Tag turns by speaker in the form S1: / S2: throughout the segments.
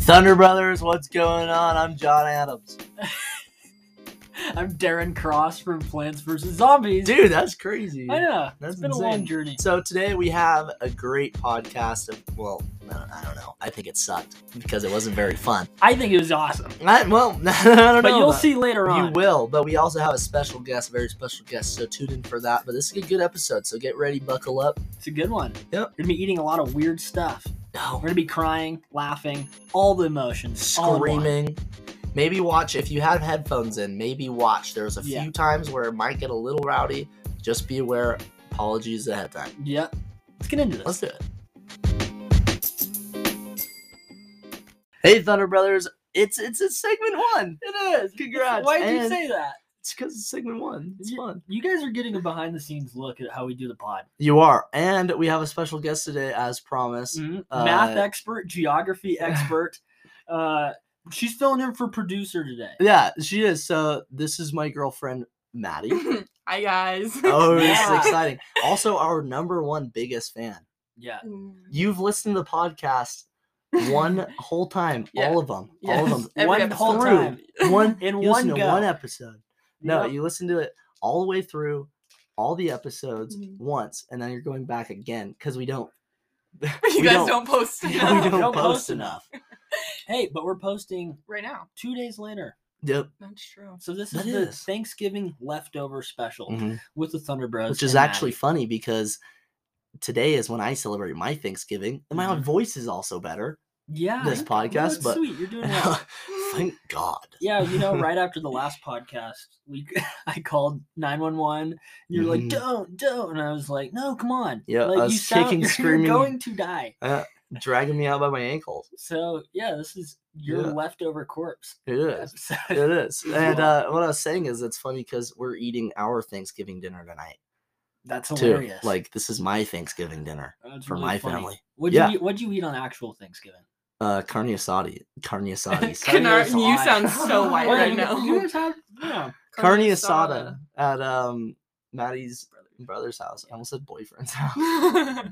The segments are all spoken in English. S1: Thunder Brothers, what's going on? I'm John Adams.
S2: I'm Darren Cross from Plants vs. Zombies.
S1: Dude, that's crazy.
S2: I know.
S1: That's
S2: it's been a
S1: insane.
S2: long journey.
S1: So today we have a great podcast of well, I don't, I don't know. I think it sucked because it wasn't very fun.
S2: I think it was awesome.
S1: I, well, I don't
S2: But
S1: know.
S2: you'll
S1: about-
S2: see later
S1: You
S2: on.
S1: will, but we also have a special guest, a very special guest. So tune in for that. But this is a good episode. So get ready, buckle up.
S2: It's a good one.
S1: Yep.
S2: We're gonna be eating a lot of weird stuff.
S1: No,
S2: We're gonna be crying, laughing, all the emotions, all in one.
S1: screaming. Maybe watch if you have headphones in. Maybe watch. There's a
S2: Yeah.
S1: few times where it might get a little rowdy. Just be aware. Apologies ahead of time.
S2: Yep. Let's get into this.
S1: Let's do it. Hey, Thunder Brothers! It's it's it's segment one.
S2: it is.
S1: Congrats.
S2: Why did you
S1: And
S2: say that?
S1: It's because it's segment one. It's
S2: Yeah.
S1: fun.
S2: You guys are getting a behind the scenes look at how we do the pod.
S1: You are, and we have a special guest today, as promised.
S2: Mhm.
S1: Uh,
S2: Math expert, geography expert. uh, she's filling in for producer today.
S1: Yeah, she is. So this is my girlfriend Maddie.
S3: Hi guys.
S1: Oh, this is
S2: Yeah.
S1: exciting! Also, our number one biggest fan.
S2: Yeah.
S3: Mm.
S1: You've listened to the podcast one whole time,
S3: Yeah.
S1: all of them,
S3: Yes,
S1: all of them,
S3: every
S1: one
S3: episode.
S1: whole time, one
S2: In
S1: you listen
S2: one
S1: to
S2: go.
S1: one episode. No,
S2: Yep.
S1: you listen to it all the way through, all the episodes
S3: Mhm.
S1: once, and then you're going back again because we don't.
S3: you
S1: we
S3: guys
S1: don't-
S3: don't, post
S1: we
S3: enough.
S1: don't post enough.
S2: Hey, but we're posting
S3: right now.
S2: two days later.
S1: Yep.
S3: That's true.
S2: So this is
S1: That
S2: the
S1: is. Mm.
S2: Thanksgiving leftover special with the Thunder Bros,
S1: Which is
S2: Mm-hmm. and
S1: actually funny because today is when I celebrate my Thanksgiving, and my
S2: Mhm.
S1: voice is also better.
S2: Maddie. yeah,
S1: this
S2: you- you
S1: podcast,
S2: look
S1: but-
S2: sweet, you're doing well.
S1: Thank God.
S2: yeah, you know, right after the last podcast, we I called nine one one. You're like,
S1: Mhm.
S2: don't, don't, and I was like, no, come on,
S1: Yeah,
S2: like,
S1: I was kicking,
S2: you're,
S1: screaming.
S2: you're going to die.
S1: Dragging me out by my ankles.
S2: So yeah, this is your
S1: Yeah.
S2: leftover corpse
S1: It is.
S2: episode.
S1: It is. And uh, what I was saying is, it's funny because we're eating our Thanksgiving dinner tonight
S2: That's
S1: too.
S2: hilarious.
S1: Like this is my Thanksgiving dinner
S2: That's
S1: for
S2: really
S1: my
S2: funny.
S1: family.
S2: What'd
S1: Yeah.
S2: you eat, what'd you eat on actual Thanksgiving?
S1: Uh, carne asadi, carne asadi,
S2: Carne
S3: Canard, you
S2: asada.
S3: sound so white
S1: Wait,
S3: right
S2: you-
S3: now.
S2: You guys have, yeah.
S1: carne asada at um Maddie's brother's house. I almost said boyfriend's house,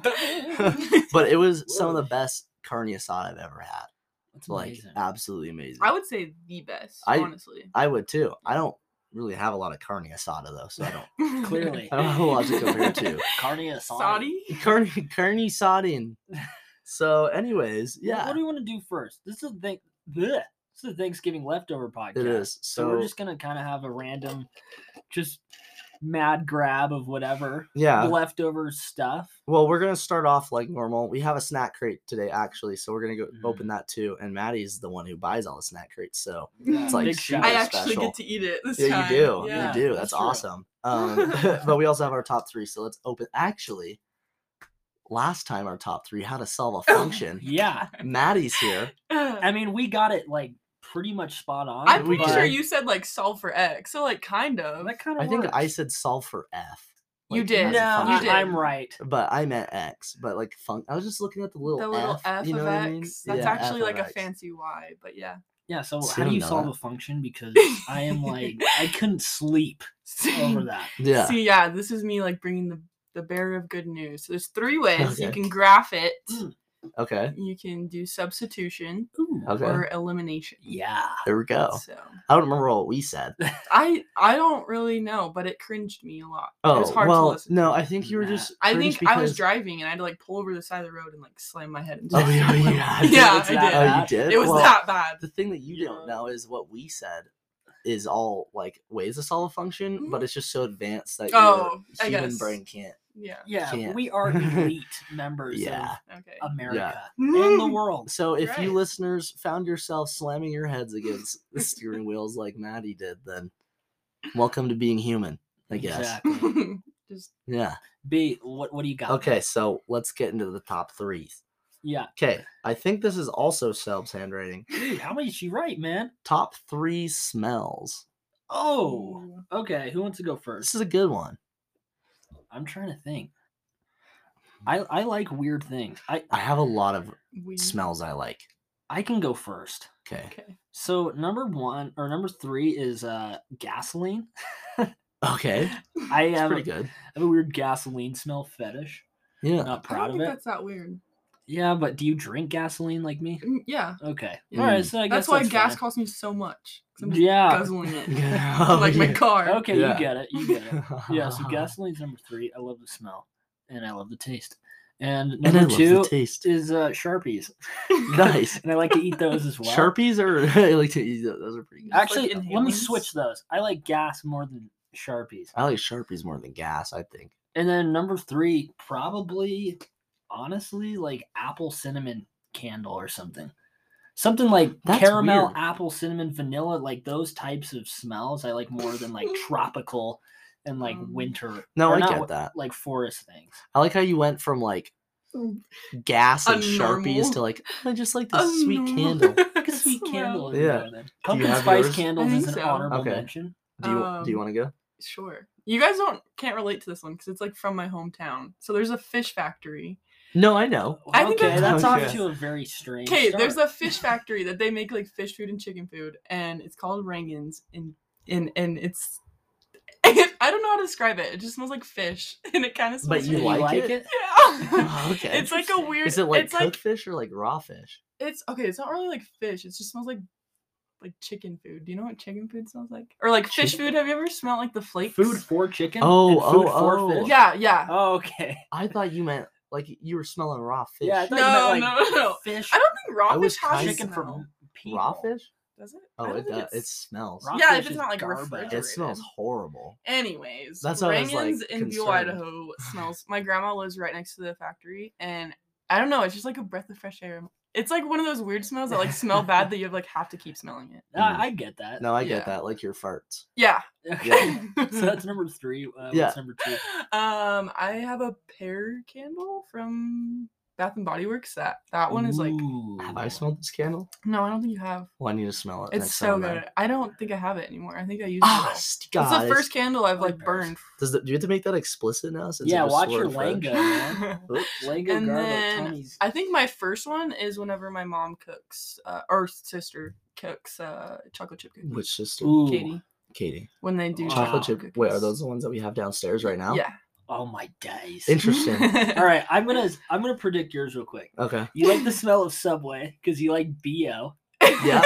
S1: but it was some of the best carne asada I've ever had.
S2: That's
S1: It's like
S2: amazing.
S1: absolutely amazing. I
S3: I would say the best,
S1: I-
S3: honestly.
S1: would too. I don't really have a lot of carne asada though, so I don't.
S2: Clearly.
S1: I don't have a lot to compare to.
S2: Carne asada.
S3: Saudi?
S1: Carne carne asading. So, anyways,
S2: What-
S1: yeah,
S2: What do we want to do first? This is the thing. Bleh. This is the Thanksgiving leftover podcast.
S1: it is.
S2: So,
S1: So,
S2: we're just gonna kind of have a random, just mad grab of whatever
S1: yeah.
S2: leftover stuff.
S1: Well, we're gonna start off like normal. We have a snack crate today, actually, so we're gonna go
S2: Mm-hmm.
S1: open that too. And Maddie's the one who buys all the snack crates, so
S3: It's
S1: like
S2: Big
S1: super
S2: shout
S3: I
S2: out.
S1: act-
S3: actually
S1: special.
S3: get to eat it this
S1: yeah,
S3: time.
S1: you do,
S3: Yeah.
S1: you do. That's,
S2: that's true.
S1: awesome. Um, but we also have our top three, so let's open. Actually, last time our top three how to solve a function.
S2: Yeah,
S1: Maddie's here.
S2: I mean we got it like pretty much spot on.
S3: I'm
S1: We
S3: pretty sure
S1: did.
S3: you said like solve for X, so like kind of.
S2: that kind of.
S1: I think I said solve for f.
S3: You
S1: like,
S3: did.
S1: as a
S2: No,
S3: you
S2: I-
S1: function.
S3: did.
S2: I'm right.
S1: But I meant x. But like fun. I was just looking at the little
S3: the little F,
S1: you know
S3: of
S1: what
S3: X.
S1: I mean?
S3: That's
S1: Yeah, F
S3: actually
S1: of
S3: like a
S1: X. Oh,
S3: fancy Y, but yeah.
S2: Yeah. So
S1: See,
S2: how
S1: I
S2: do you
S1: know
S2: solve
S1: that.
S2: a function? Because I am like I couldn't sleep
S3: See,
S2: over that.
S1: Yeah.
S3: see, yeah, this is me like bringing the the bearer of good news. So there's three ways you
S1: Okay.
S3: can graph it.
S2: Mm.
S1: Okay.
S3: You can do substitution
S2: Ooh.
S1: Okay. Oh.
S3: or elimination.
S2: Yeah.
S1: There we go.
S3: So
S1: I don't remember what we said.
S3: I I don't really know, but it cringed me a lot.
S1: Oh
S3: it was hard
S1: well,
S3: to listen.
S1: no,
S3: to.
S1: I think you were
S2: Nah.
S1: just.
S3: I
S1: cringe
S3: think I was
S1: because-
S3: driving and I had to like pull over to the side of the road and like slam my head into
S1: Oh yeah,
S3: the
S1: you
S3: window.
S1: had to.
S3: Yeah,
S2: It's
S3: I
S2: that
S3: did.
S1: Oh,
S2: bad.
S1: you did.
S3: It was
S1: Well,
S3: that bad.
S1: The thing that you don't know is what we said is all like ways to solve a function, but it's just so advanced that your
S3: Mm-hmm. Oh, I
S1: human
S3: guess.
S1: brain can't.
S3: Yeah.
S2: Yeah,
S1: Can't.
S2: we are elite members
S1: Yeah.
S3: Okay.
S2: of America and the
S3: Mm.
S2: world.
S1: So if
S3: Right.
S1: you listeners found yourself slamming your heads against the steering wheels like Maddie did, then welcome to being human. I guess.
S2: Exactly.
S1: mm.
S3: Just
S1: Yeah.
S2: B, what what do you got?
S1: Okay, so let's get into the top three.
S2: Yeah.
S1: Okay, I think this is also Selb's handwriting.
S2: Dude, how many did she write, man?
S1: Top three smells.
S2: Oh.
S1: Mm.
S2: Okay, who wants to go
S1: This
S2: first?
S1: is a good one.
S2: I'm trying to think.
S1: Hmm.
S2: I I like weird things. I
S1: I have a lot of
S3: weird.
S1: smells I like.
S2: I can go first.
S1: Okay.
S3: Okay.
S2: So number one or number three is uh gasoline.
S1: Okay.
S2: I
S1: It's
S2: have, a,
S1: pretty good.
S2: I have a weird gasoline smell fetish.
S1: Yeah.
S2: Not
S3: I don't
S2: proud of
S3: think
S2: it.
S3: that's that weird.
S2: Yeah, but do you drink gasoline like me?
S3: Mm, Yeah.
S2: Okay.
S1: Yeah.
S2: All right. So I guess
S3: That's why gas
S2: fine.
S3: costs me so much. 'cause I'm just
S2: Yeah.
S3: guzzling it.
S1: Oh,
S3: like my
S1: yeah.
S3: car.
S2: Okay,
S1: Yeah.
S2: you get it. You get it. Yeah. So gasoline's number three. I love the smell, and I love the taste. And
S1: And I
S2: number
S1: love
S2: two
S1: the taste.
S2: is uh, sharpies,
S1: Nice.
S2: and I like to eat those as well.
S1: Sharpies are I like to eat those. Those are pretty good.
S3: like
S2: Actually, let me
S3: inhalants.
S2: switch those. I like gas more than sharpies.
S1: I like sharpies more than gas. I think.
S2: And then number three, probably honestly, like apple cinnamon candle or something. Something like
S1: That's
S2: caramel,
S1: weird.
S2: apple, cinnamon, vanilla, like those types of smells I like more than like tropical and like
S3: Um,
S2: winter.
S1: No,
S2: or
S1: I
S2: not
S1: get
S2: wi-
S1: that.
S2: Like forest things.
S1: I like how you went from like
S3: Mm.
S1: gas and
S3: A
S1: sharpies to
S3: normal-
S1: like I just like this
S3: A
S1: sweet
S3: normal
S1: candle.
S2: Like a sweet candle.
S3: smell.
S2: in
S1: Yeah.
S2: there then. Pumpkin
S1: have
S2: spice
S1: yours?
S2: candles is
S3: I
S2: an
S3: think so.
S2: honorable
S1: Okay.
S2: mention.
S1: Do you do you
S3: Um,
S1: want to go?
S3: Sure. You guys don't can't relate to this one because it's like from my hometown. So there's a fish factory.
S1: No, I know.
S3: I think
S2: okay,
S3: I've
S2: that's
S1: talked
S2: off
S1: to-
S2: to a very strange.
S3: Okay, there's
S2: start.
S3: a fish factory that they make like fish food and chicken food, and it's called Rangan's, and and and it's I don't know how to describe it. It just smells like fish, and it kind of
S1: But
S3: smells.
S1: you
S2: Do
S1: like it?
S3: Yeah.
S1: Oh, okay.
S3: it's like a
S2: Interesting.
S3: weird.
S1: Is it like
S3: it's
S1: cooked
S3: like
S1: fish or like raw fish?
S3: it's okay. It's not really like fish. It just smells like like chicken food. Do you know what chicken food smells like? Or like fish
S2: Chicken-
S3: food? Have you ever smelled like the flakes?
S2: Food for chicken.
S1: Oh,
S2: and food
S1: oh,
S2: for
S1: oh.
S2: fish?
S3: Yeah, yeah.
S2: Oh, okay.
S1: I thought you meant like you were smelling raw fish.
S2: Yeah, I thought
S3: No,
S2: you meant, like,
S3: no, no, no.
S2: Fish.
S3: I don't think
S1: I
S3: raw
S1: was
S3: fish has
S1: kinda-
S2: chicken
S3: smell.
S2: from people.
S1: raw fish.
S3: Does it? I
S1: Oh,
S3: don't
S1: it
S3: think
S1: does. It
S3: It's
S1: smells.
S2: Raw
S3: yeah,
S2: fish
S3: if it's
S2: is
S3: not like
S2: garbage.
S1: It
S3: refrigerated.
S1: smells horrible.
S3: Anyways,
S1: That's what I was, like,
S3: Rangan's in Buell,
S1: concerned.
S3: Idaho smells. My grandma lives right next to the factory, and I don't know. It's just like a breath of fresh air. It's like one of those weird smells that like smell bad that you like have to keep smelling it.
S2: I, I get that.
S1: Hmm. No, I
S3: Yeah.
S1: get that. Like your farts.
S3: Yeah.
S2: Okay. so that's number three. Uh,
S1: Yeah.
S2: What's number two?
S3: um, I have a pear candle from Bath and Body Works. That that one is like
S2: Ooh.
S1: Have I smelled this candle?
S3: no, I don't think you have.
S1: Well, I need to smell it.
S3: It's
S1: next
S3: so
S1: time I'm
S3: good.
S1: there.
S3: I don't think I have it anymore. I think I used
S1: Ah,
S3: it.
S1: God.
S3: It's the first candle I've
S2: Like
S3: like
S2: pears.
S3: burned.
S1: Does the, do you have to make that explicit now? Since it
S2: Yeah,
S1: was
S2: watch
S1: sort
S2: your
S1: of French?
S2: lingo, man. Lego
S3: And
S2: garlic
S3: then
S2: tummies.
S3: I think my first one is whenever my mom cooks, uh, or sister cooks uh, chocolate chip cookies.
S1: Which sister?
S2: Ooh.
S3: Katie,
S1: Katie.
S3: when they do
S2: Wow.
S1: Chocolate chip.
S3: cookies.
S1: Wait, are those the ones that we have downstairs right now?
S3: Yeah.
S2: Oh my days.
S1: Interesting.
S2: All right, I'm gonna I'm gonna predict yours real quick.
S1: okay.
S2: You like the smell of Subway because you like bo.
S1: Yeah.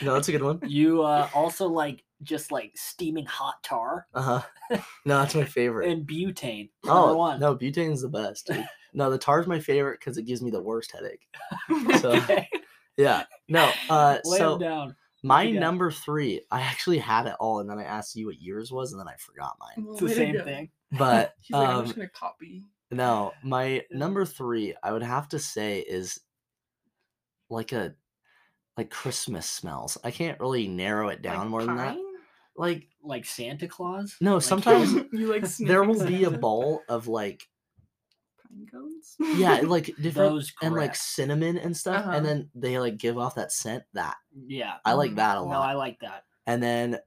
S1: No, that's a good one.
S2: You uh, also like just like steaming hot tar
S1: Uh huh. No, that's my favorite.
S2: and butane. number
S1: Oh
S2: one.
S1: no, butane's the best. dude. No, the tar's my favorite because it gives me the worst headache. So
S2: Okay,
S1: yeah. No. Uh.
S2: lay 'em
S1: so
S2: down.
S1: my
S2: you got?
S1: number three, I actually had it all, and then I asked you what yours was, and then I forgot mine.
S2: It's the same thing.
S1: But
S3: She's like, I'm
S1: um,
S3: just gonna copy.
S1: No, my number three, I would have to say, is like a like Christmas smells. I can't really narrow it down
S3: Like
S1: more than that.
S3: pine?
S1: Like
S2: Like Santa Claus.
S1: No,
S2: Like-
S1: sometimes-
S3: you like
S1: there will
S3: sniffing
S1: be a
S3: Santa?
S1: ball of like
S3: Pine cones.
S1: yeah, like different
S2: those
S1: and like
S2: crap.
S1: cinnamon and stuff,
S3: Uh-huh.
S1: and then they like give off that scent that
S2: yeah.
S1: I like
S3: Mhm.
S1: that a
S2: No,
S1: lot.
S2: I like that.
S1: And then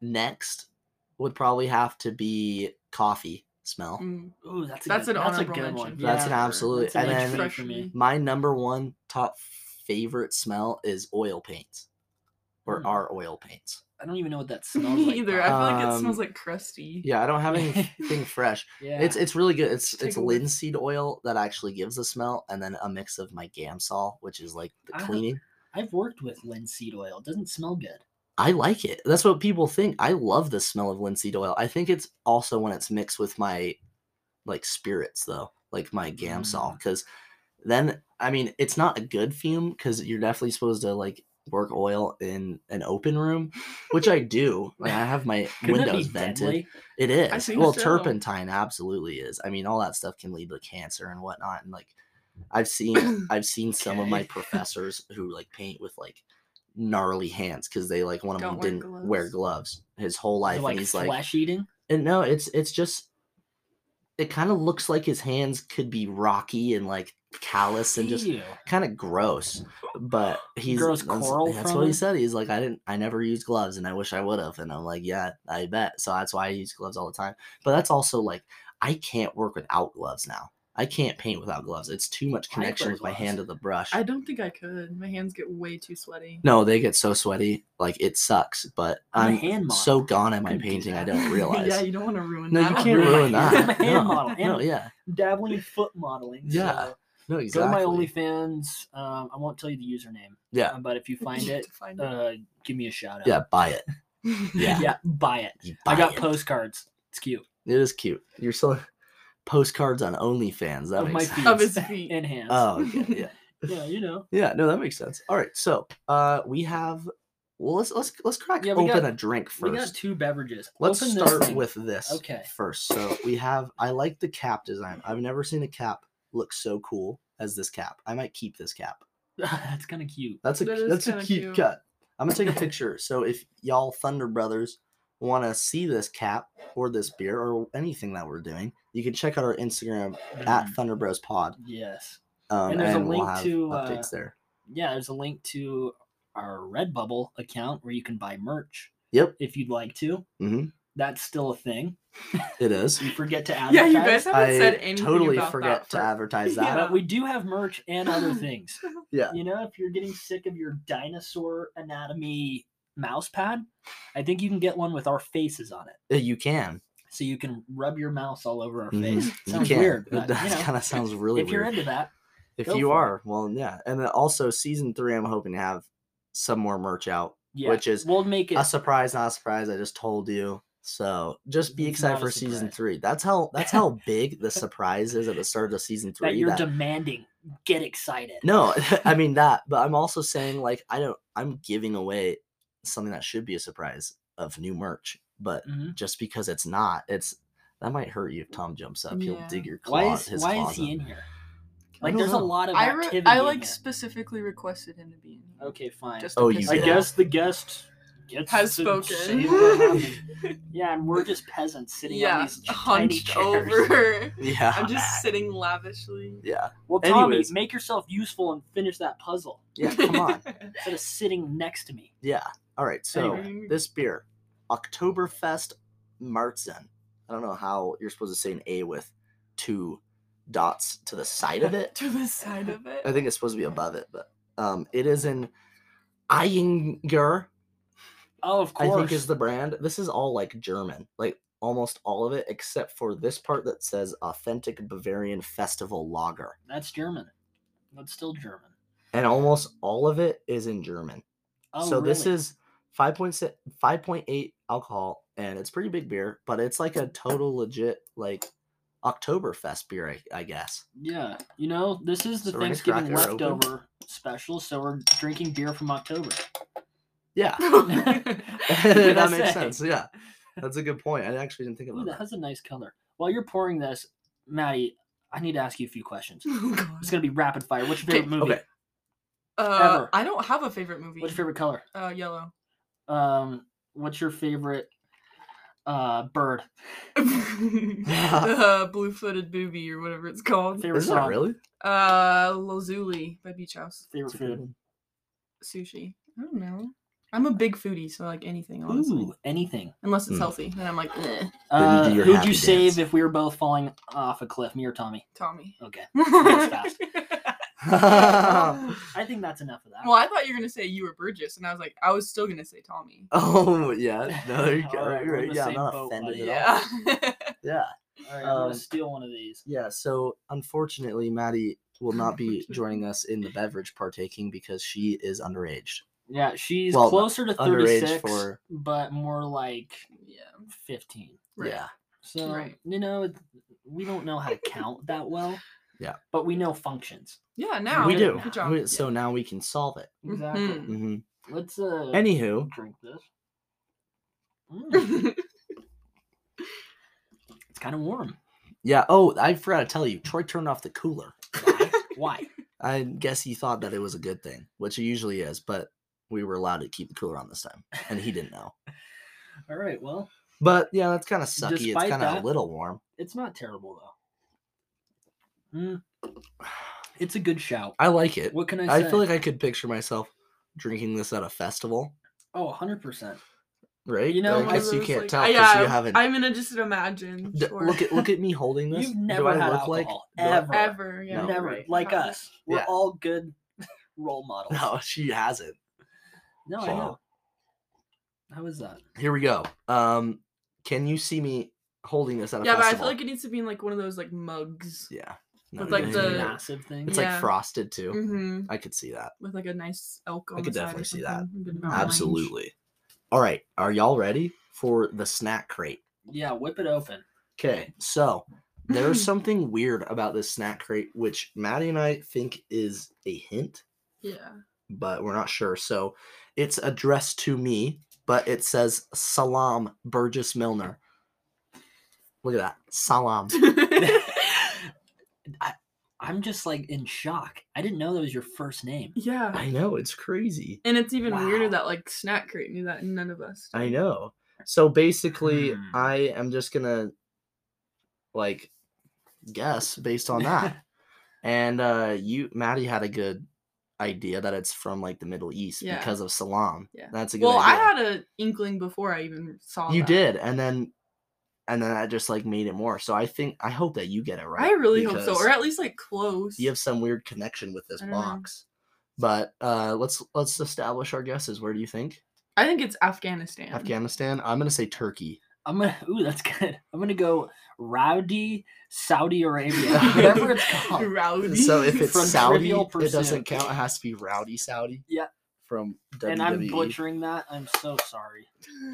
S1: next would probably have to be coffee smell.
S3: Mm.
S2: Ooh, that's a
S3: That's
S2: good,
S3: an
S2: that's a
S3: honorable
S2: good
S3: mention.
S2: one.
S1: That's an absolute-
S2: That's an
S1: and
S2: H
S1: then-
S2: three for me.
S1: My number one top favorite smell is oil paints, or
S3: Mm.
S2: Hmm.
S1: are oil paints.
S2: I don't even know what that smells
S3: Me
S2: like.
S3: either.
S2: though.
S3: I feel like it
S1: Um,
S3: smells like crusty.
S1: Yeah, I don't have anything fresh.
S2: yeah.
S1: It's it's really good. It's
S3: Take
S1: it's
S3: a whiff.
S1: linseed oil that actually gives the smell, and then a mix of my Gamsol, which is like the
S2: I don't-
S1: cleaning.
S2: I've worked with linseed oil. It doesn't smell good.
S1: I like it. That's what people think. I love the smell of linseed oil. I think it's also when it's mixed with my like spirits though, like my
S2: Mm.
S1: Gamsol, because then I mean it's not a good fume because you're definitely supposed to like work oil in an open room, which I do. Like, I have my
S2: Couldn't it be
S1: windows vented.
S2: deadly?
S1: It is.
S3: think
S1: Well,
S3: so.
S1: turpentine absolutely is. I mean, all that stuff can lead to cancer and whatnot. And like, I've seen, I've seen some of my
S2: Okay.
S1: professors who like paint with like gnarly hands because they like one of them
S3: Don't wear
S1: didn't wear
S3: gloves.
S1: gloves his whole
S2: Is it
S1: life,
S2: like
S1: and he's
S2: flesh
S1: like,
S2: eating.
S1: and no, it's it's just, it kind of looks like his hands could be rocky and like callous and just
S2: Ew.
S1: kind of gross. But he's
S2: Grows
S1: that's-
S2: coral
S1: That's
S2: from
S1: what he
S2: it?
S1: said. He's like, I didn't, I never used gloves, and I wish I would have. And I'm like, yeah, I bet. So that's why I use gloves all the time. But that's also like, I can't work without gloves now. I can't paint without gloves. It's too much
S2: I wear
S1: connection with my hand to
S2: gloves.
S1: the brush.
S3: I don't think I could. My hands get way too sweaty.
S1: no, they get so sweaty, like it sucks. But
S2: I'm
S1: I'm
S2: a hand model.
S1: so gone at my
S2: couldn't do
S1: painting, I
S2: that.
S1: don't realize.
S3: yeah, you don't want to ruin
S1: no,
S3: that.
S1: you
S2: I'll
S1: can't
S2: ruin my
S1: ruin that.
S2: hand. I'm a hand
S1: No,
S2: model,
S1: no,
S2: and-
S1: yeah,
S2: dabbling in foot modeling.
S1: Yeah.
S2: so
S1: No,
S2: Go to
S1: exactly.
S2: my OnlyFans. Um, I won't tell you the username.
S1: Yeah.
S2: uh, But if you find
S3: You have
S2: it,
S3: to find it.
S2: uh, give me a shout out.
S1: yeah, buy it. yeah.
S2: Yeah. Buy it.
S1: You
S2: I
S1: buy
S2: got
S1: it.
S2: postcards. It's cute.
S1: It is cute. You're selling postcards on OnlyFans. That
S2: of
S1: makes
S2: my
S1: sense.
S2: feet.
S3: Of his feet.
S2: and hands.
S1: Oh, okay, yeah,
S2: yeah, you know.
S1: yeah. No, that makes sense. All right, so uh, we have. Well, let's let's let's crack
S2: Yeah, we
S1: open
S2: got-
S1: a drink
S2: We got
S1: first.
S2: two beverages.
S1: Let's
S2: Open this
S1: start
S2: thing.
S1: with this
S2: Okay.
S1: first. So we have. I like the cap design. I've never seen a cap look so cool as this cap. I might keep this cap.
S2: That's kind of cute.
S1: That's a
S3: That
S1: cu-
S3: is
S1: that's a
S3: kinda
S1: cute,
S3: cute.
S1: cut. I'm gonna take a picture. So if y'all Thunder Brothers want to see this cap or this beer or anything that we're doing, you can check out our Instagram at
S2: Mhm.
S1: Thunder Bros Pod.
S2: Yes.
S1: Um,
S2: And
S1: and
S2: there's a
S1: we'll
S2: link
S1: have
S2: to, uh,
S1: updates there.
S2: Yeah, there's a link to our Redbubble account where you can buy merch
S1: Yep,
S2: if you'd like to.
S1: Mhm.
S2: That's still a thing.
S1: it is.
S2: We forget to advertise.
S3: yeah, you guys haven't said
S1: I
S3: anything
S1: totally
S3: about
S1: forget
S3: that.
S1: to advertise that.
S3: Yeah.
S2: But we do have merch and other things.
S1: Yeah.
S2: You know, if you're getting sick of your dinosaur anatomy mouse pad, I think you can get one with our faces on it.
S1: Uh, You can.
S2: So you can rub your mouse all over our
S1: Mhm.
S2: face.
S1: You
S2: Sounds
S1: can.
S2: weird.
S1: It
S2: But, you know,
S1: kind of sounds really
S2: if you're
S1: weird.
S2: into that,
S1: If
S2: go
S1: you
S2: for it.
S1: are, well, yeah. And then also season three, I'm hoping to have some more merch out.
S2: yeah,
S1: Which is
S2: we'll make it
S1: a surprise, not a surprise. I just told you. So just be
S2: It's
S1: excited
S2: not a
S1: for season
S2: surprise.
S1: three. That's how that's how big the surprise is at the start of season
S2: that
S1: three.
S2: you're
S1: that-
S2: demanding. Get excited.
S1: no, I mean that, but I'm also saying like I don't. I'm giving away something that should be a surprise of new merch, but
S2: Mhm.
S1: just because it's not, it's that might hurt you if Tom jumps up. He'll
S3: Yeah.
S1: dig your claw.
S2: Why is
S1: his
S2: why
S1: claws
S2: is he
S1: up.
S2: in here?
S1: I
S2: Like,
S1: don't
S2: there's a
S1: know.
S2: lot of
S3: I,
S2: activity.
S3: re- I
S2: in
S3: like
S2: here.
S3: specifically requested him to be in here.
S2: Okay, fine.
S3: Just
S1: Oh,
S3: to
S1: you
S3: piss
S2: I
S3: him
S1: did.
S3: off.
S2: guess the guest gets
S3: has
S2: to
S3: spoken.
S2: say what happened. yeah, and we're just peasants sitting on
S3: yeah,
S2: these tiny
S3: hunched
S2: chairs.
S3: over.
S1: Yeah,
S3: I'm just sitting lavishly.
S1: yeah,
S2: Well, Tommy,
S1: Anyways.
S2: make yourself useful and finish that puzzle
S1: yeah. Come on,
S2: instead of sitting next to me.
S1: yeah. All right, so.
S3: Anyway.
S1: this beer, Oktoberfest Marzen. I don't know how you're supposed to say an A with two dots to the side of it.
S3: to the side of it.
S1: I think it's supposed to be above it, but um, it is in Eyinger,
S2: Oh, of
S1: I
S2: course.
S1: think is the brand. This is all like German, like almost all of it, except for this part that says authentic Bavarian festival lager.
S2: That's German. That's still German.
S1: And almost all of it is in German.
S2: Oh,
S1: so this
S2: really?
S1: is 5.6 5.8 alcohol and it's pretty big beer but it's like a total legit like oktoberfest beer i, I guess
S2: Yeah, you know, this is the
S1: So we're gonna crack
S2: Thanksgiving
S1: her open?
S2: leftover special, so we're drinking beer from October.
S1: yeah
S2: Did I
S1: that makes
S2: say?
S1: sense yeah that's a good point i actually didn't think
S2: Ooh,
S1: about
S2: that
S1: that
S2: has a nice color. While you're pouring this, Maddie, I need to ask you a few questions.
S3: Oh, God.
S2: It's gonna be rapid fire. What's your favorite movie?
S1: okay
S3: Uh,
S2: ever.
S3: I don't have a favorite movie.
S2: What's your favorite color?
S3: Uh, yellow.
S2: Um, what's your favorite uh bird?
S3: uh, blue-footed booby or whatever it's called.
S2: Favorite
S1: is that
S2: song?
S1: really
S3: Uh, Lazuli by Beach House.
S2: Favorite
S1: That's a good
S2: food?
S1: one.
S3: Sushi. I don't know. I'm a big foodie, so I like anything honestly,
S2: Ooh, anything.
S3: unless it's
S1: Mm.
S3: healthy. Then I'm like, eh,
S1: Then you
S2: Uh,
S1: do your
S2: who'd
S1: happy
S2: you
S1: dance.
S2: save if we were both falling off a cliff, me or Tommy?
S3: Tommy.
S2: Okay,
S3: well,
S2: fast. I think that's enough of that.
S3: I thought you were gonna say you were Burgess, and I was like, I was still gonna say Tommy.
S1: oh yeah no you're,
S2: All right,
S1: you're
S2: we're
S1: right
S2: in the
S1: yeah i'm
S2: same
S1: not
S2: boat,
S1: offended
S2: buddy.
S1: at all
S3: Yeah.
S1: yeah
S2: All right, I'm gonna
S1: Um,
S2: steal one of these.
S1: Yeah, so unfortunately, Maddie will not be joining us in the beverage partaking because she is underage.
S2: Yeah, she's
S1: well,
S2: closer to
S1: underage
S2: 36,
S1: for-
S2: but more like
S3: yeah.
S2: 15.
S3: Right.
S1: Yeah.
S2: So,
S3: Right.
S2: you know, it- we don't know how to count that well.
S1: Yeah.
S2: But we know functions.
S3: Yeah. Now
S1: we
S2: it
S1: do.
S2: now.
S3: Good job.
S1: We- so now we can solve it.
S2: Exactly.
S3: Mhm.
S1: hmm
S2: Let's uh
S1: Anywho,
S2: drink this. Mm, it's kind of warm.
S1: yeah. Oh, I forgot to tell you, Troy turned off the cooler.
S2: Why? Why?
S1: I guess he thought that it was a good thing, which it usually is, but we were allowed to keep the cooler on this time, and he didn't know.
S2: All right. Well,
S1: But yeah, that's kind of sucky. it's
S2: Despite
S1: kind of
S2: that-
S1: a little warm.
S2: it's not terrible though. Mm, it's a good shout.
S1: I like it.
S2: What can I say?
S1: I feel like I could picture myself drinking this at a festival,
S2: oh, 100%.
S1: right?
S2: You know,
S1: I
S2: one
S1: guess
S3: of
S1: you
S3: those,
S1: can't
S3: like-
S1: tell
S3: I-
S1: because
S3: yeah,
S1: you haven't
S3: I'm gonna just imagine.
S1: D-
S3: sure.
S1: look at look at me holding this.
S2: You've
S1: Do
S2: never
S1: I
S2: had
S1: look
S2: alcohol,
S1: like do I-
S2: ever.
S3: ever. Yeah.
S1: No,
S2: Never.
S1: right.
S2: Like
S3: Not-
S2: us. We're
S1: Yeah.
S2: all good role models.
S1: No, she hasn't.
S2: No, I
S1: So-
S2: know. How is that?
S1: Here we go. Um, can you see me holding this at a
S3: Yeah, but I
S1: festival?
S3: feel like it needs to be in like one of those like mugs.
S1: yeah, No,
S3: With, like,
S1: it's
S2: Really
S3: the-
S2: massive thing.
S1: it's
S3: Yeah.
S1: like frosted too.
S3: Mm-hmm.
S1: I could see that.
S3: With like a nice elk. On
S1: I could
S3: the side or
S1: definitely see that.
S3: something, a good amount of range.
S1: Absolutely. All right. Are y'all ready for the snack crate?
S2: Yeah, whip it open.
S1: Okay, so there's something weird about this snack crate, which Maddie and I think is a hint,
S3: Yeah.
S1: but we're not sure. So it's addressed to me, but it says Salam Burgess Milner. Look at that. Salam.
S2: I'm just like in shock. I didn't know that was your first name.
S3: yeah.
S1: I know, it's crazy.
S3: And it's even weirder
S2: Wow.
S3: that like snack crate knew that and none of us.
S1: I know. So basically,
S2: Hmm.
S1: I am just gonna like guess based on that. and uh you Maddie had a good idea that it's from like the Middle East
S3: Yeah.
S1: because of Salam.
S3: Yeah.
S1: That's a good
S3: Well, I
S1: idea.
S3: had an inkling before I even saw
S1: you
S3: that.
S1: did, and then and then that just like made it more. So I think I hope that you get it right.
S3: I really hope so,
S1: because
S3: or at least like close.
S1: you have some weird connection with this
S3: I don't know.
S1: box. But uh let's let's establish our guesses. Where do you think?
S3: I think it's Afghanistan.
S1: Afghanistan? I'm gonna say Turkey.
S2: I'm gonna. Ooh, that's good. I'm gonna go rowdy Saudi Arabia, whatever it's called.
S3: Rowdy.
S1: So if it's
S2: From
S1: Saudi,
S2: Trivial
S1: it doesn't
S2: Pursuit.
S1: count. It has to be Rowdy Saudi.
S2: Yeah.
S1: From E. WWE.
S2: And I'm butchering that. I'm so sorry.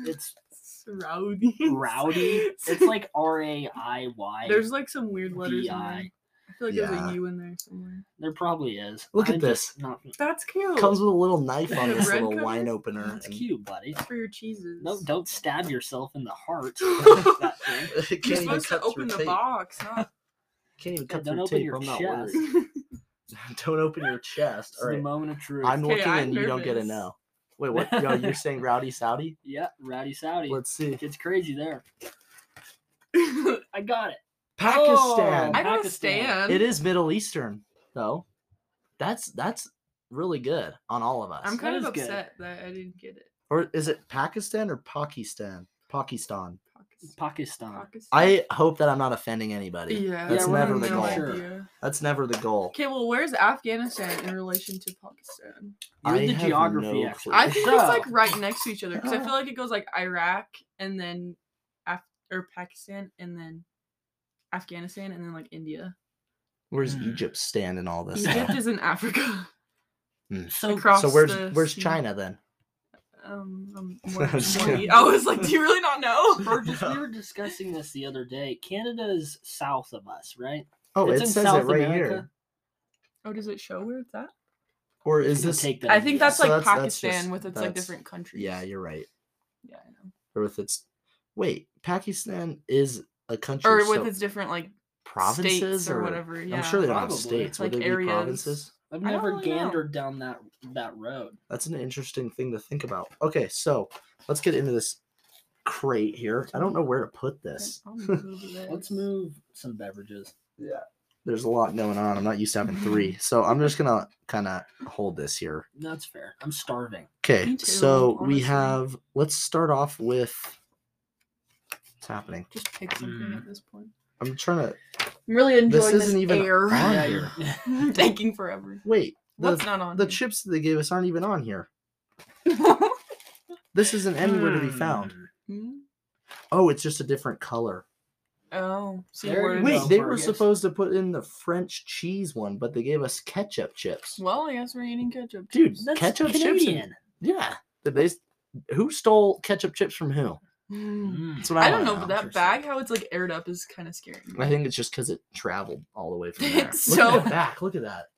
S2: It's
S3: It's rowdy.
S2: rowdy. It's like R A I Y.
S3: There's like some weird letters in there.
S2: DI.
S3: I feel like there's
S1: Yeah.
S3: a U in there somewhere.
S2: There probably is.
S1: Look at
S2: just Not,
S3: That's cute.
S1: Comes with a little knife on
S3: The
S1: this
S3: bread
S1: little wine
S3: covers?
S1: opener.
S2: that's
S1: and-
S2: cute, buddy.
S3: It's for your cheeses.
S2: No, don't stab yourself in the heart. that thing.
S1: It can't
S3: You're
S1: even
S3: supposed to
S1: cut through
S3: open the
S1: tape.
S3: box. Not...
S1: Can't even
S2: Yeah,
S1: cut
S2: don't
S1: through
S2: open
S1: tape.
S2: your
S1: I'm not
S2: chest.
S1: worried. don't open your chest.
S2: It's
S1: All
S2: the
S1: right.
S2: moment of truth.
S1: I'm
S3: Okay,
S1: looking
S3: I'm
S1: and you don't get a
S3: nervous.
S1: no. Wait, what? Yo, you're saying Rowdy Saudi?
S2: yeah, rowdy Saudi.
S1: Let's see.
S2: It's crazy there.
S3: I
S2: I got it.
S1: Oh, Pakistan.
S2: I-
S3: got a
S2: Pakistan.
S3: stand.
S1: it is Middle Eastern, though. That's that's really good on all of us.
S3: I'm kind
S2: That
S3: of
S2: is good.
S3: upset that I didn't get it.
S1: or is it Pakistan or Pakistan? Pakistan.
S3: Pakistan.
S2: Pakistan.
S3: Pakistan.
S1: I hope that I'm not offending anybody.
S3: Yeah,
S1: That's
S2: Yeah, we're
S1: never
S2: not
S1: the
S2: no
S1: goal.
S2: sure.
S1: That's never the goal.
S3: Okay, well, where's Afghanistan in relation to Pakistan?
S2: You're
S1: I
S2: the
S1: have
S2: geography
S1: no
S2: expert.
S1: clue.
S3: I think it's like
S2: So-
S3: right next to each other because I feel like it goes like Iraq and then Af- or Pakistan and then Afghanistan and then like India.
S1: Where's
S2: Hmm.
S1: Egypt stand in all this? though?
S3: Egypt is in Africa.
S2: So
S3: Across
S1: so where's
S3: the
S1: where's
S3: sea.
S1: China then?
S3: Um, um
S1: I'm
S3: more-
S1: just
S3: more-
S1: kidding.
S3: I was like, do you really not know?
S2: Burgess, we were discussing this the other day. Canada's south of us, right?
S1: Oh,
S2: It's
S1: it
S2: in
S1: says
S2: South
S1: it right
S2: America.
S1: here.
S3: Oh, does it show where it's at?
S1: Or is
S2: We'll
S1: this?
S2: Take that
S3: I
S2: as a yes.
S3: think that's
S1: so
S3: like
S1: that's- that's
S3: Pakistan
S1: just-
S3: with its like
S1: that's-
S3: different countries.
S1: Yeah, you're right.
S3: yeah, I know.
S1: Or with its wait, Pakistan is a country.
S3: Or
S1: so
S3: with its different like
S1: provinces
S3: states or, whatever. Yeah,
S1: I'm sure they don't have
S2: Probably.
S1: states.
S3: Like
S1: Would they be
S3: areas.
S1: provinces?
S2: I've
S3: I don't
S2: never
S3: really know.
S2: gandered down that that road.
S1: That's an interesting thing to think about. Okay, so let's get into this crate here. I don't know where to put this.
S3: I'll move over there.
S2: Let's move some beverages.
S1: there's a lot going on. I'm not used to having three. So I'm just gonna kinda hold this here.
S2: That's fair. I'm starving.
S1: Okay.
S3: Me too,
S1: So we
S3: honestly.
S1: have let's start off with what's happening.
S3: Just pick something
S2: Mm.
S3: at this point.
S1: I'm trying to
S3: I'm really enjoying
S1: Hmm. this
S3: this,
S1: isn't even
S3: air.
S1: on
S2: Yeah,
S1: here.
S3: Taking forever.
S1: Wait. The,
S3: What's not on?
S1: the
S3: here?
S1: chips that they gave us aren't even on here. This isn't anywhere to be found.
S2: Hmm.
S3: Hmm?
S1: Oh, it's just a different color.
S3: oh, see
S2: There
S3: where
S2: you
S3: it
S1: Wait,
S2: go,
S3: is.
S1: they were
S2: Burgess.
S1: supposed to put in the French cheese one, but they gave us ketchup chips.
S3: Well, I guess we're eating ketchup.
S1: Dude,
S3: chips.
S2: That's
S1: ketchup chips. and-
S2: Canadian.
S1: yeah. Did they? s- Who stole ketchup chips from who?
S3: Mm.
S2: Mm.
S1: That's what I,
S3: I don't
S1: wanna
S3: know, but that
S2: Interesting.
S3: bag, how it's like aired up, is kind of scary.
S1: I think it's just because it traveled all the way from there.
S3: It's
S1: Look at
S3: so-
S1: that back. Look at that.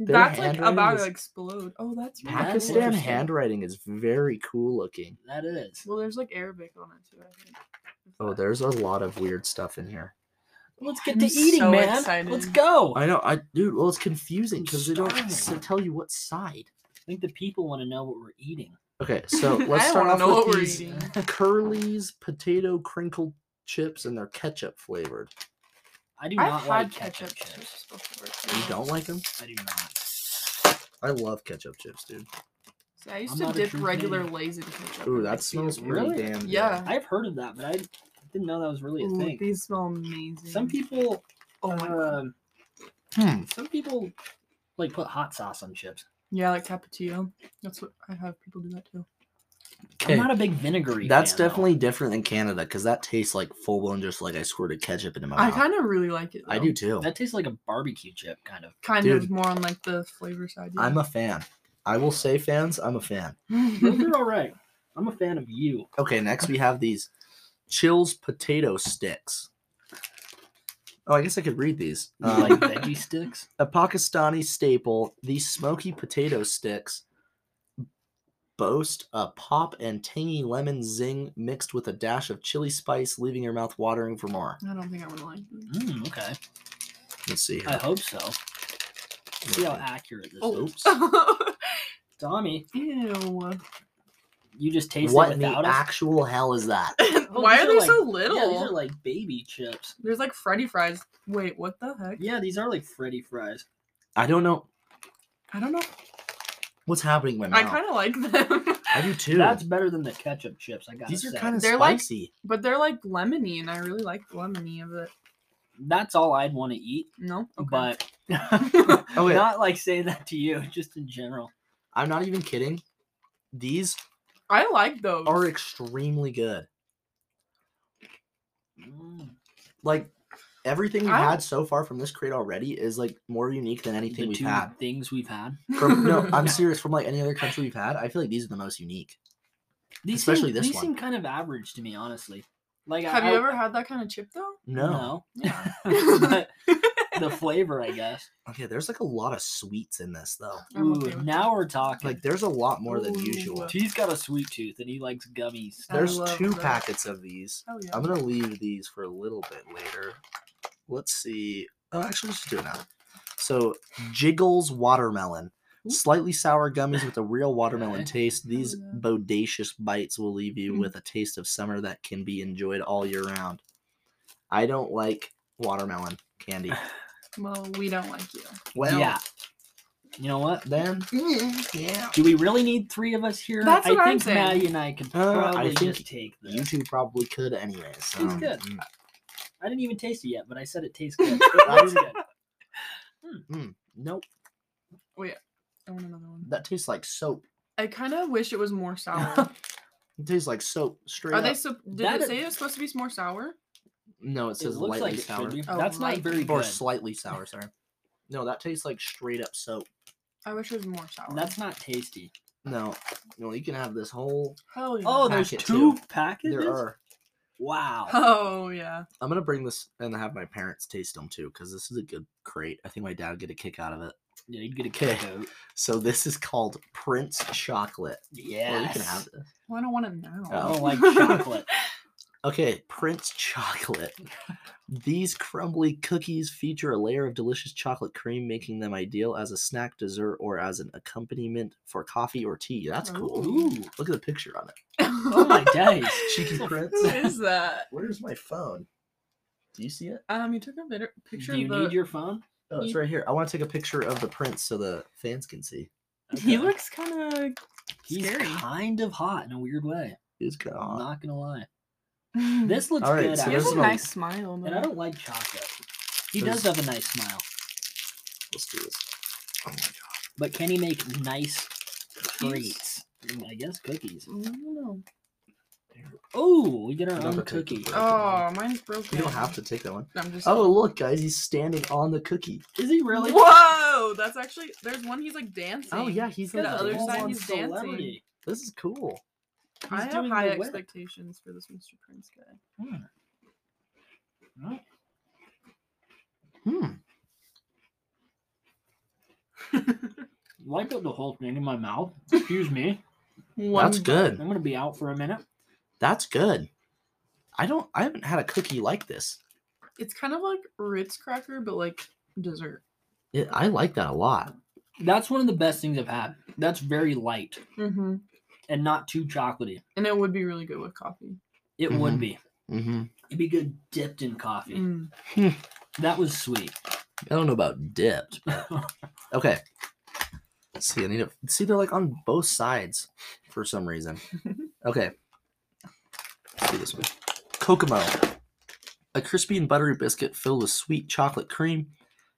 S1: Their
S3: That's like
S1: handwriting
S3: about
S1: is-
S3: to explode. Oh, that's right.
S1: Pakistan
S2: interesting.
S1: handwriting is very cool looking.
S2: That is.
S3: Well, there's like Arabic on it too. I think.
S1: Oh, there's a lot of weird stuff in here.
S2: Let's get
S3: I'm
S2: to eating,
S3: so
S2: man.
S3: excited.
S2: Let's go. I
S1: I know, I dude. Well, it's confusing
S2: I'm
S1: because they don't s-
S2: starving.
S1: tell you what side.
S2: think the people want to know what we're eating.
S1: Okay, so
S3: I
S1: let's start
S3: don't wanna
S1: off
S3: know what
S1: with
S3: we're
S1: these
S3: eating.
S1: Curly's potato crinkle chips, and they're ketchup flavored.
S2: I do
S3: I've
S2: not
S3: had
S2: like
S3: ketchup,
S2: ketchup, chips.
S3: chips before.
S1: You don't like them?
S2: I do not.
S1: I love ketchup chips, dude.
S3: See, I used
S2: I'm
S3: to
S2: not a
S3: dip
S2: true
S3: regular
S2: fan.
S3: Lay's in ketchup.
S1: Ooh,
S3: and
S1: that
S3: mix it
S1: smells
S3: with
S1: pretty
S2: really-
S1: damn good.
S3: Yeah.
S2: I've heard of that, but I didn't know that was really a
S3: Ooh,
S2: thing.
S3: These smell amazing.
S2: Some people,
S3: Oh my god.
S2: um,
S1: Hmm.
S2: some people like put hot sauce on chips.
S3: Yeah, like cappuccino. That's what I have people do that too.
S1: Okay.
S2: I'm not a big vinegary.
S1: That's
S2: fan, though.
S1: definitely different than Canada because that tastes like full blown, just like I squirted ketchup into my
S3: I
S1: mouth.
S3: kind of really like it.
S1: I
S3: though.
S1: do too.
S2: that tastes like a barbecue chip kind of.
S3: Kind
S1: Dude.
S3: of more on like the flavor side. yeah.
S1: I'm a fan. I will say, fans, I'm a fan.
S2: Those are all right. I'm a fan of you.
S1: Okay, next we have these Chills potato sticks. Oh, I guess I could read these.
S2: You
S1: Um,
S2: like veggie sticks.
S1: a Pakistani staple, these smoky potato sticks boast a pop and tangy lemon zing mixed with a dash of chili spice, leaving your mouth watering for more.
S3: I don't think I would like it.
S2: Mm, okay,
S1: Let's see.
S2: I
S1: Here.
S2: hope so. Uh, See how accurate this is.
S3: Oh.
S1: Oops.
S2: Tommy,
S3: Ew.
S2: you just taste
S1: What
S2: it
S1: in the
S2: without us.
S1: actual hell is that?
S2: Oh,
S3: Why
S2: these
S3: are there
S2: like-
S3: so
S2: yeah,
S3: little?
S2: these are like baby chips.
S3: There's like Freddy fries. Wait, what the heck?
S2: Yeah, these are like Freddy fries.
S1: I don't know
S3: I don't know.
S1: what's happening in my
S3: I
S1: mouth.
S3: kind of like them,
S1: I do too.
S2: That's better than the ketchup chips. I got.
S1: These are kind of
S3: They're like-
S1: spicy.
S3: but they're like lemony, and I really like the lemony of it.
S2: That's all I'd want to eat,
S3: No, okay.
S2: but
S1: Oh, wait.
S2: not like say that to you. Just in general.
S1: I'm not even kidding. These
S3: I like those.
S1: are extremely good.
S2: Mm,
S1: Like everything we've
S3: I-
S1: had so far from this crate already is like more unique than anything
S2: the
S1: we've
S2: two
S1: had.
S2: things we've had.
S1: From no, I'm
S2: Yeah.
S1: serious. From like any other country we've had, I feel like these are the most unique.
S2: These
S1: Especially
S2: seem,
S1: this
S2: these
S1: one.
S2: seem kind of average to me, honestly. Like, I-
S3: Have
S2: I-
S3: you ever had that kind of chip though?
S1: No.
S3: Yeah.
S2: But the flavor, I guess.
S1: Okay, there's like a lot of sweets in this though.
S3: I'm
S2: Ooh,
S3: okay with
S2: now we're talking.
S1: Like there's a lot more than
S3: Ooh.
S1: usual.
S2: T's got a sweet tooth and he likes gummies.
S3: I
S1: There's
S3: love
S1: two
S3: that.
S1: packets of these.
S3: Hell yeah.
S1: I'm gonna leave these for a little bit later. Let's see. Oh, actually, let's just do it now. So, Jiggles watermelon,
S3: Ooh.
S1: slightly sour gummies with a real watermelon
S2: Okay.
S1: taste. These
S3: yeah.
S1: bodacious bites will leave you
S3: Mm.
S1: with a taste of summer that can be enjoyed all year round. I don't like watermelon candy.
S3: Well, we don't like you.
S1: Well,
S2: yeah. You know what?
S1: then yeah.
S2: Do we really need three of us here?
S3: That's
S2: I
S3: what I'm
S2: think
S3: saying.
S2: Maddie and I could
S1: Uh, I
S2: probably
S1: think
S2: just take this.
S1: You two probably could, anyways. So,
S2: It's good.
S1: mm.
S2: I didn't even taste it yet, but I said it tastes good. It looks good.
S1: Nope,
S3: I want another one.
S1: that tastes like soap.
S3: I kind of wish it was more sour.
S1: It tastes like soap. Straight
S3: Are
S1: up.
S3: they? So, did
S2: That
S3: it
S2: is-
S3: say it was supposed to be more sour?
S1: No, it
S2: It
S1: says
S2: looks
S1: lightly
S2: like it
S1: sour.
S2: should be.
S3: Oh,
S2: That's not
S3: lightly.
S2: very
S1: or
S2: good.
S1: slightly sour. Sorry. No, that tastes like straight up soap.
S3: I wish it was more sour.
S2: That's not tasty.
S1: No, no, you can have this whole.
S3: hell yeah.
S2: Oh, there's
S1: Packet
S2: two
S1: too.
S2: packages?
S1: There are.
S2: Wow.
S3: Oh yeah.
S1: I'm gonna bring this and have my parents taste them too, because this is a good crate. I think my dad would get a kick out of it.
S2: Yeah, you'd get a
S1: Okay.
S2: kick out.
S1: So this is called Prince Chocolate.
S2: Yes.
S1: Well, you can have this.
S3: Well, I don't want it now.
S2: I
S1: Oh.
S2: don't like chocolate.
S1: Okay, Prince Chocolate. These crumbly cookies feature a layer of delicious chocolate cream, making them ideal as a snack, dessert, or as an accompaniment for coffee or tea. That's cool.
S2: Ooh.
S1: Look at the picture on it.
S2: Oh my days.
S1: Cheeky Prince.
S3: Who is that?
S1: Where's my phone? Do you see it?
S3: Um, you took a bit- picture
S2: Do you
S3: of the.
S2: need your phone?
S1: Oh, it's
S3: You-
S1: right here. I want to take a picture of the prince so the fans can see.
S3: He
S2: Okay.
S3: looks kind
S2: He's
S3: scary.
S2: kind of hot in a weird way.
S1: He's kind of
S2: I'm
S1: hot.
S2: not gonna lie.
S3: of.
S2: This looks
S1: All right,
S2: good.
S1: so
S3: He
S1: there's
S2: actually.
S3: has Hmm. a
S1: one.
S3: nice smile.
S2: and
S3: though.
S2: I don't like chocolate. He does
S1: There's-
S2: have a nice smile,
S1: Let's do this. Oh my god.
S2: but can he make nice
S1: Cookies?
S2: treats? Mm, I guess cookies.
S3: I don't know.
S2: Oh, we get our
S1: Another
S2: own cookie.
S1: cookie.
S3: Oh, mine's broken.
S1: You don't have to take that one.
S3: I'm just.
S1: Oh, look, guys, he's standing on the cookie.
S2: Is he really?
S3: Whoa, that's actually. There's one. He's like dancing.
S1: Oh yeah, he's
S3: The
S1: like
S3: other
S1: full
S3: side
S1: on-
S3: he's dancing.
S2: celebrity.
S1: This is cool.
S3: I
S2: He's
S3: have
S2: doing
S3: high
S2: the work.
S3: expectations for this Mr. Prince guy.
S2: Hmm. Well,
S1: Hmm.
S2: Why put the whole thing in my mouth? Excuse me.
S3: One
S1: That's
S2: I'm
S1: good.
S2: gonna be out for a minute.
S1: That's good. I don't. I haven't had a cookie like this.
S3: It's kind of like Ritz cracker, but like dessert.
S1: It, I like that a lot.
S2: That's one of the best things I've had. That's very light
S3: Mm-hmm.
S2: and not too chocolatey.
S3: And it would be really good with coffee.
S2: It
S1: Mhm.
S2: would be.
S1: Mm-hmm.
S2: It'd be good dipped in coffee.
S3: Mm.
S2: That was sweet.
S1: I don't know about dipped. Okay. Let's see. I need to see. They're like on both sides for some reason. Okay. Let's see this one. Kokomo, a crispy and buttery biscuit filled with sweet chocolate cream,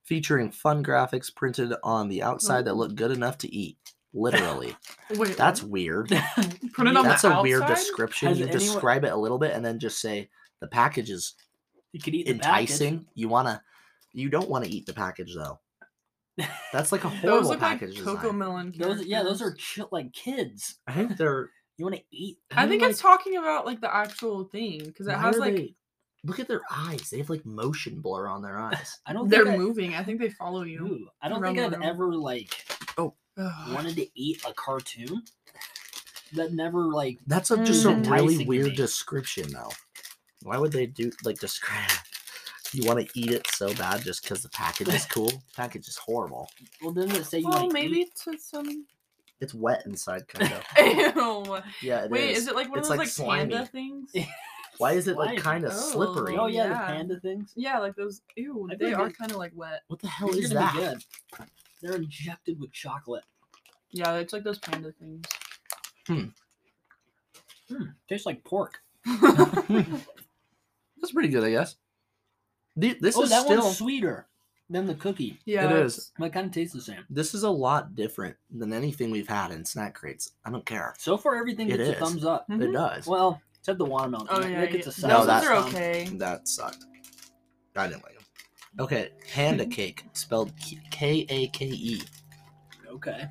S1: featuring fun graphics printed on the outside that look good enough to eat. Literally.
S3: Wait,
S1: That's weird.
S3: put it on
S1: That's
S3: the
S1: a
S3: outside.
S1: weird description.
S2: Has
S1: You
S2: anyone-
S1: describe it a little bit and then just say the package is
S2: You could eat the package.
S1: enticing. You wanna you don't want to eat the package though. That's like a
S3: Those
S1: horrible
S3: look like
S1: package design.
S3: cocoa melon.
S2: Those, yeah, those are
S3: characters.
S2: ch- like kids.
S1: I think they're
S2: You want to eat?
S3: I think
S1: like-
S3: it's talking about like the actual thing because it
S1: why
S3: has
S1: are
S3: like
S1: they- look at their eyes. They have like motion blur on their eyes.
S2: I don't.
S3: they're
S2: think I-
S3: moving. I think they follow you.
S2: Ooh, I don't
S3: Around
S2: think
S3: the
S2: I've
S3: room.
S2: ever like
S3: Ugh.
S2: wanted to eat a cartoon that never like
S1: That's a, just a
S3: Mm.
S1: really
S2: Enticing to
S1: weird
S2: me.
S1: description though. Why would they do like describe? You want to eat it so bad just because the package is cool? package is horrible.
S2: well didn't it say you
S3: well,
S2: want
S3: maybe to some.
S1: It's wet inside, kind of.
S3: Ew.
S1: Yeah, it is.
S3: Wait, is. it like one
S1: It's,
S3: of
S1: like,
S3: those like, panda
S1: slimy.
S3: things?
S2: Yeah.
S1: Why is it like
S2: slimy?
S1: kind of
S3: Oh.
S1: slippery?
S2: oh yeah, the
S3: Yeah.
S2: panda things
S3: Yeah, like those. Ew,
S2: I
S3: they
S2: think
S3: are
S2: it-
S3: kind of like wet.
S1: What the hell
S2: These
S1: is
S2: are gonna
S1: that?
S2: be good. they're injected with chocolate
S3: Yeah, it's like those panda things.
S2: Hmm, tastes like pork
S1: That's pretty good, I guess. The- This
S2: oh
S1: is
S2: that
S1: still.
S2: one's sweeter than the cookie
S3: yeah,
S1: It
S3: it's-
S1: is.
S2: but it kind of tastes the same
S1: This is a lot different than anything we've had in snack crates. I don't care.
S2: so far everything
S1: It
S2: gets
S1: is.
S2: a thumbs up
S1: It
S3: Mhm.
S1: does.
S2: well except the watermelon
S3: Oh
S2: thing.
S3: yeah,
S2: That
S3: yeah.
S2: gets a Um,
S3: those
S1: No,
S2: solid
S1: that's-
S3: are
S2: thumb.
S3: okay.
S1: That sucked. I didn't like them. Okay, panda
S2: Mm-hmm.
S1: cake, spelled K A K E.
S2: okay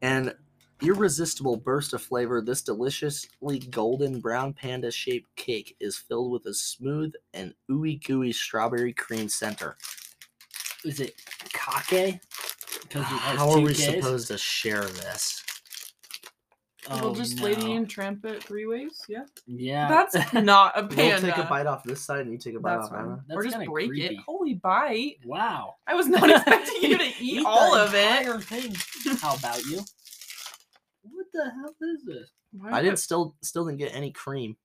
S1: An irresistible burst of flavor, this deliciously golden brown panda shaped cake is filled with a smooth and ooey gooey strawberry cream center.
S2: is it kake because it has
S1: How are
S2: two
S1: we
S2: Ks?
S1: supposed to share this?
S2: Oh,
S3: we'll just lady
S2: no.
S3: and tramp it three ways. Yeah,
S2: yeah
S3: that's not a
S1: We'll
S3: panda.
S1: take a bite off this side and you take a bite
S3: That's
S1: off that
S3: fine.
S1: one.
S3: or
S2: That's
S3: just
S2: kinda
S3: break it.
S2: creepy.
S3: Holy bite!
S2: wow
S3: I was not expecting you to eat,
S2: the
S3: all of it.
S2: entire thing. How about you? What the hell is this?
S3: Why
S1: I
S3: is
S1: didn't still still didn't get any cream.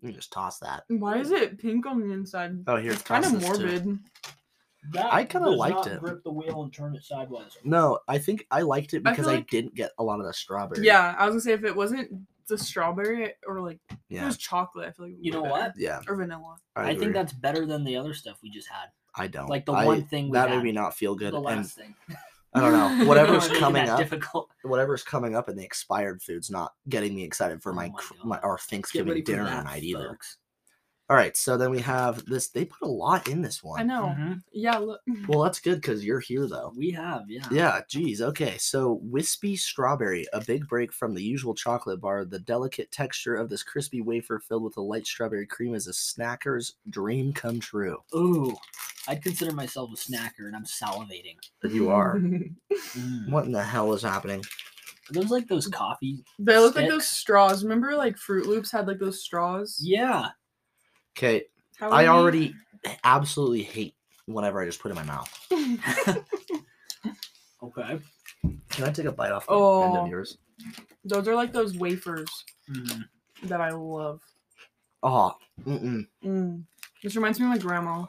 S1: You can just toss that.
S3: it- Why is it pink on the inside?
S1: Oh, here,
S3: it's kind of
S1: toss this too.
S3: morbid.
S2: That
S1: I kinda
S2: does
S1: liked
S2: not
S1: it.
S2: Grip the wheel and turn it sideways.
S1: No, I think I liked it
S3: I
S1: because I,
S3: feel like-
S1: didn't get a lot of the strawberry.
S3: Yeah, I was gonna say if it wasn't the strawberry or like if it
S1: Yeah.
S3: was chocolate, I feel like it would
S2: You
S3: be
S2: know
S3: better.
S2: what?
S1: Yeah.
S3: Or vanilla.
S2: I,
S1: agree.
S2: think that's better than the other stuff we just had.
S1: I don't
S2: like the
S1: I-
S2: one thing we
S1: that
S2: had,
S1: made me not feel good.
S2: the
S1: And
S2: last thing.
S1: I don't know.
S2: I
S1: Whatever's
S2: don't know,
S1: coming
S2: that
S1: up,
S2: Difficult.
S1: whatever's coming up in the expired foods, not getting me excited for
S2: Oh
S1: my
S2: my
S1: cr-
S2: God.
S1: my, our
S2: Get ready
S1: Thanksgiving
S2: for
S1: dinner
S2: that,
S1: night either.
S2: folks.
S1: All right, so then we have this. They put a lot in this one.
S3: I know.
S2: Mhm.
S3: Yeah, look.
S1: Well, that's good because you're here though.
S2: We have, yeah.
S1: Yeah, geez. Okay, so wispy strawberry, a big break from the usual chocolate bar. The delicate texture of this crispy wafer filled with a light strawberry cream is a snacker's dream come true.
S2: Ooh, I'd consider myself a snacker, and I'm salivating.
S1: You are.
S2: Mm.
S1: What in the hell is happening?
S2: Are those like those coffee?
S3: they look like those
S2: Sticks.
S3: straws. Remember, like Fruit Loops had like those straws.
S2: Yeah.
S1: Okay,
S3: How
S1: I
S3: many-
S1: already absolutely hate whenever I just put it in my mouth.
S2: Okay.
S1: Can I take a bite off the end
S3: Oh.
S1: of yours?
S3: Those are like those wafers
S2: Mm.
S3: that I love.
S1: Oh, mm-mm.
S3: Mm. This reminds me of my grandma.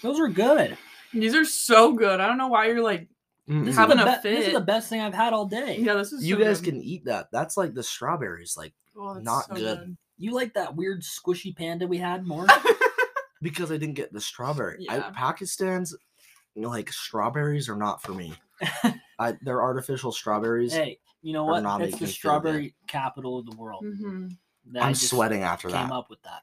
S2: Those are good.
S3: These are so good. I don't know why you're like,
S1: mm-mm.
S2: This
S3: Having
S2: is
S3: a
S2: the be- This is
S3: fit.
S2: the best thing I've had all day.
S3: yeah, this is.
S1: you
S3: so
S1: guys
S3: good.
S1: can eat that. That's like the strawberries, like
S3: Oh, that's
S1: not
S3: so
S1: good.
S2: You like that weird squishy panda we had more?
S1: because I didn't get the strawberry. I,
S3: Yeah.
S1: Pakistan's like strawberries are not for me. I, they're artificial strawberries.
S2: hey, you know
S1: Or
S2: what?
S1: not
S2: It's
S1: making you
S2: the
S1: feel good.
S2: strawberry capital of the world.
S3: Mhm.
S2: That I
S1: Hmm. I'm
S2: just
S1: sweating after
S2: Came
S1: that. Is
S2: up with that.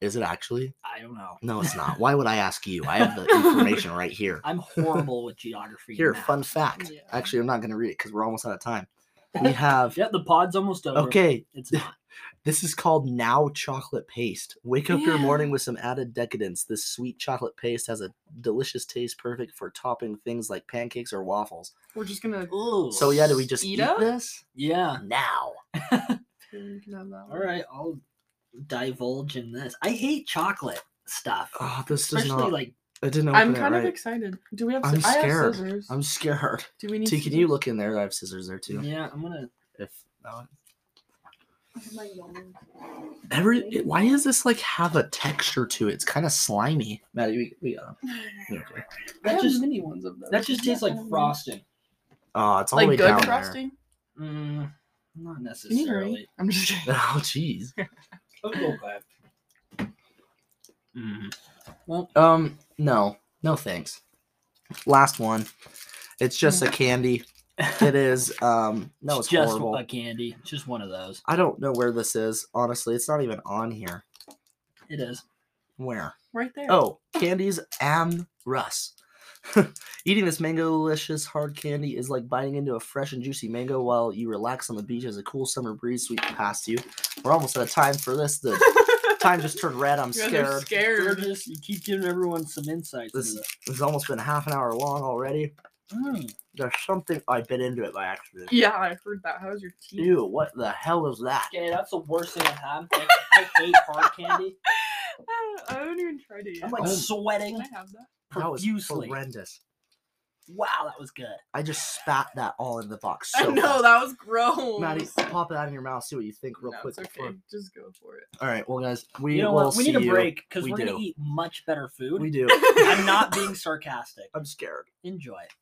S1: it actually?
S2: I don't know.
S1: No, it's not. Why would I ask you? I have the information right here.
S2: I'm horrible with geography. and
S1: Here,
S2: math.
S1: fun fact.
S3: Yeah.
S1: Actually, I'm not going to read it because we're almost out of time. We have
S2: Yeah, the pod's almost over.
S1: okay.
S2: It's not.
S1: This is called now chocolate paste. Wake up your
S3: Yeah.
S1: morning with some added decadence. This sweet chocolate paste has a delicious taste, perfect for topping things like pancakes or waffles.
S3: We're just gonna.
S2: Ooh.
S1: So yeah, do we just eat,
S3: Eat up?
S1: this
S2: Yeah.
S1: now?
S3: You can have that
S2: All
S3: one.
S2: right, I'll divulge in this. I hate chocolate stuff.
S1: Oh, this does
S2: Especially
S1: not.
S2: like
S1: I didn't open
S3: I'm
S1: it
S3: kind of
S1: right.
S3: excited. Do we have?
S1: I'm
S3: sci- I
S1: scared.
S3: have scissors.
S1: I'm scared.
S3: Do we need?
S1: T, can you look in there? I have scissors there too.
S2: Yeah, I'm gonna
S1: If oh.
S3: scissors?
S1: every, it- why does this like have a texture to it? It's kind of slimy. Maddie, we, we uh, got 'em. You okay.
S3: I
S2: That
S3: have
S2: just-
S3: mini ones of those.
S2: that just tastes like frosting.
S1: Oh, it's all the
S3: Like
S1: way
S3: good
S1: down
S3: frosting.
S2: Mm, not
S3: Can you drink?
S2: necessarily.
S3: I'm just kidding.
S1: there. Oh, jeez.
S2: Okay. Mm. Well,
S3: Mm-hmm.
S1: Um, no, no thanks. Last one. It's just a candy. It is. Um, no, it's
S2: just
S1: horrible.
S2: a candy. It's Just one of those.
S1: I don't know where this is. Honestly, it's not even on here.
S2: It is.
S1: Where?
S3: Right there.
S1: Oh, candies and Russ. Eating this mango delicious hard candy is like biting into a fresh and juicy mango while you relax on the beach as a cool summer breeze sweeps past you. We're almost out of time for this. The time just turned red. I'm
S3: You guys are
S1: scared.
S2: We're
S3: scared.
S2: just you keep giving everyone some insights. into
S1: This has almost been half an hour long already.
S2: that. Mm.
S1: There's something I bit into it by accident.
S3: Yeah, I heard that. How's your teeth?
S1: Ew, what the hell is that?
S2: Okay, that's the worst thing I've had. I, I hate hard candy.
S3: I haven't even tried it yet.
S2: I'm like
S1: Oh.
S3: Can
S2: sweating
S3: I have that?
S1: That was
S2: profusely.
S1: horrendous.
S2: Wow, that was good.
S1: I just spat that all in the box.
S3: I
S1: So
S3: know
S1: fast.
S3: that was gross.
S1: Maddie, pop it out of your mouth. See what you think real
S3: no,
S1: quick.
S3: it's okay.
S1: before-
S3: Just go for it.
S1: All right, well, guys, we
S2: You know
S1: will
S2: what? We
S1: see
S2: need a
S1: you.
S2: break because
S1: We
S2: we're
S1: do.
S2: gonna eat much better food.
S1: We do.
S2: I'm not being sarcastic.
S1: I'm scared.
S2: Enjoy it.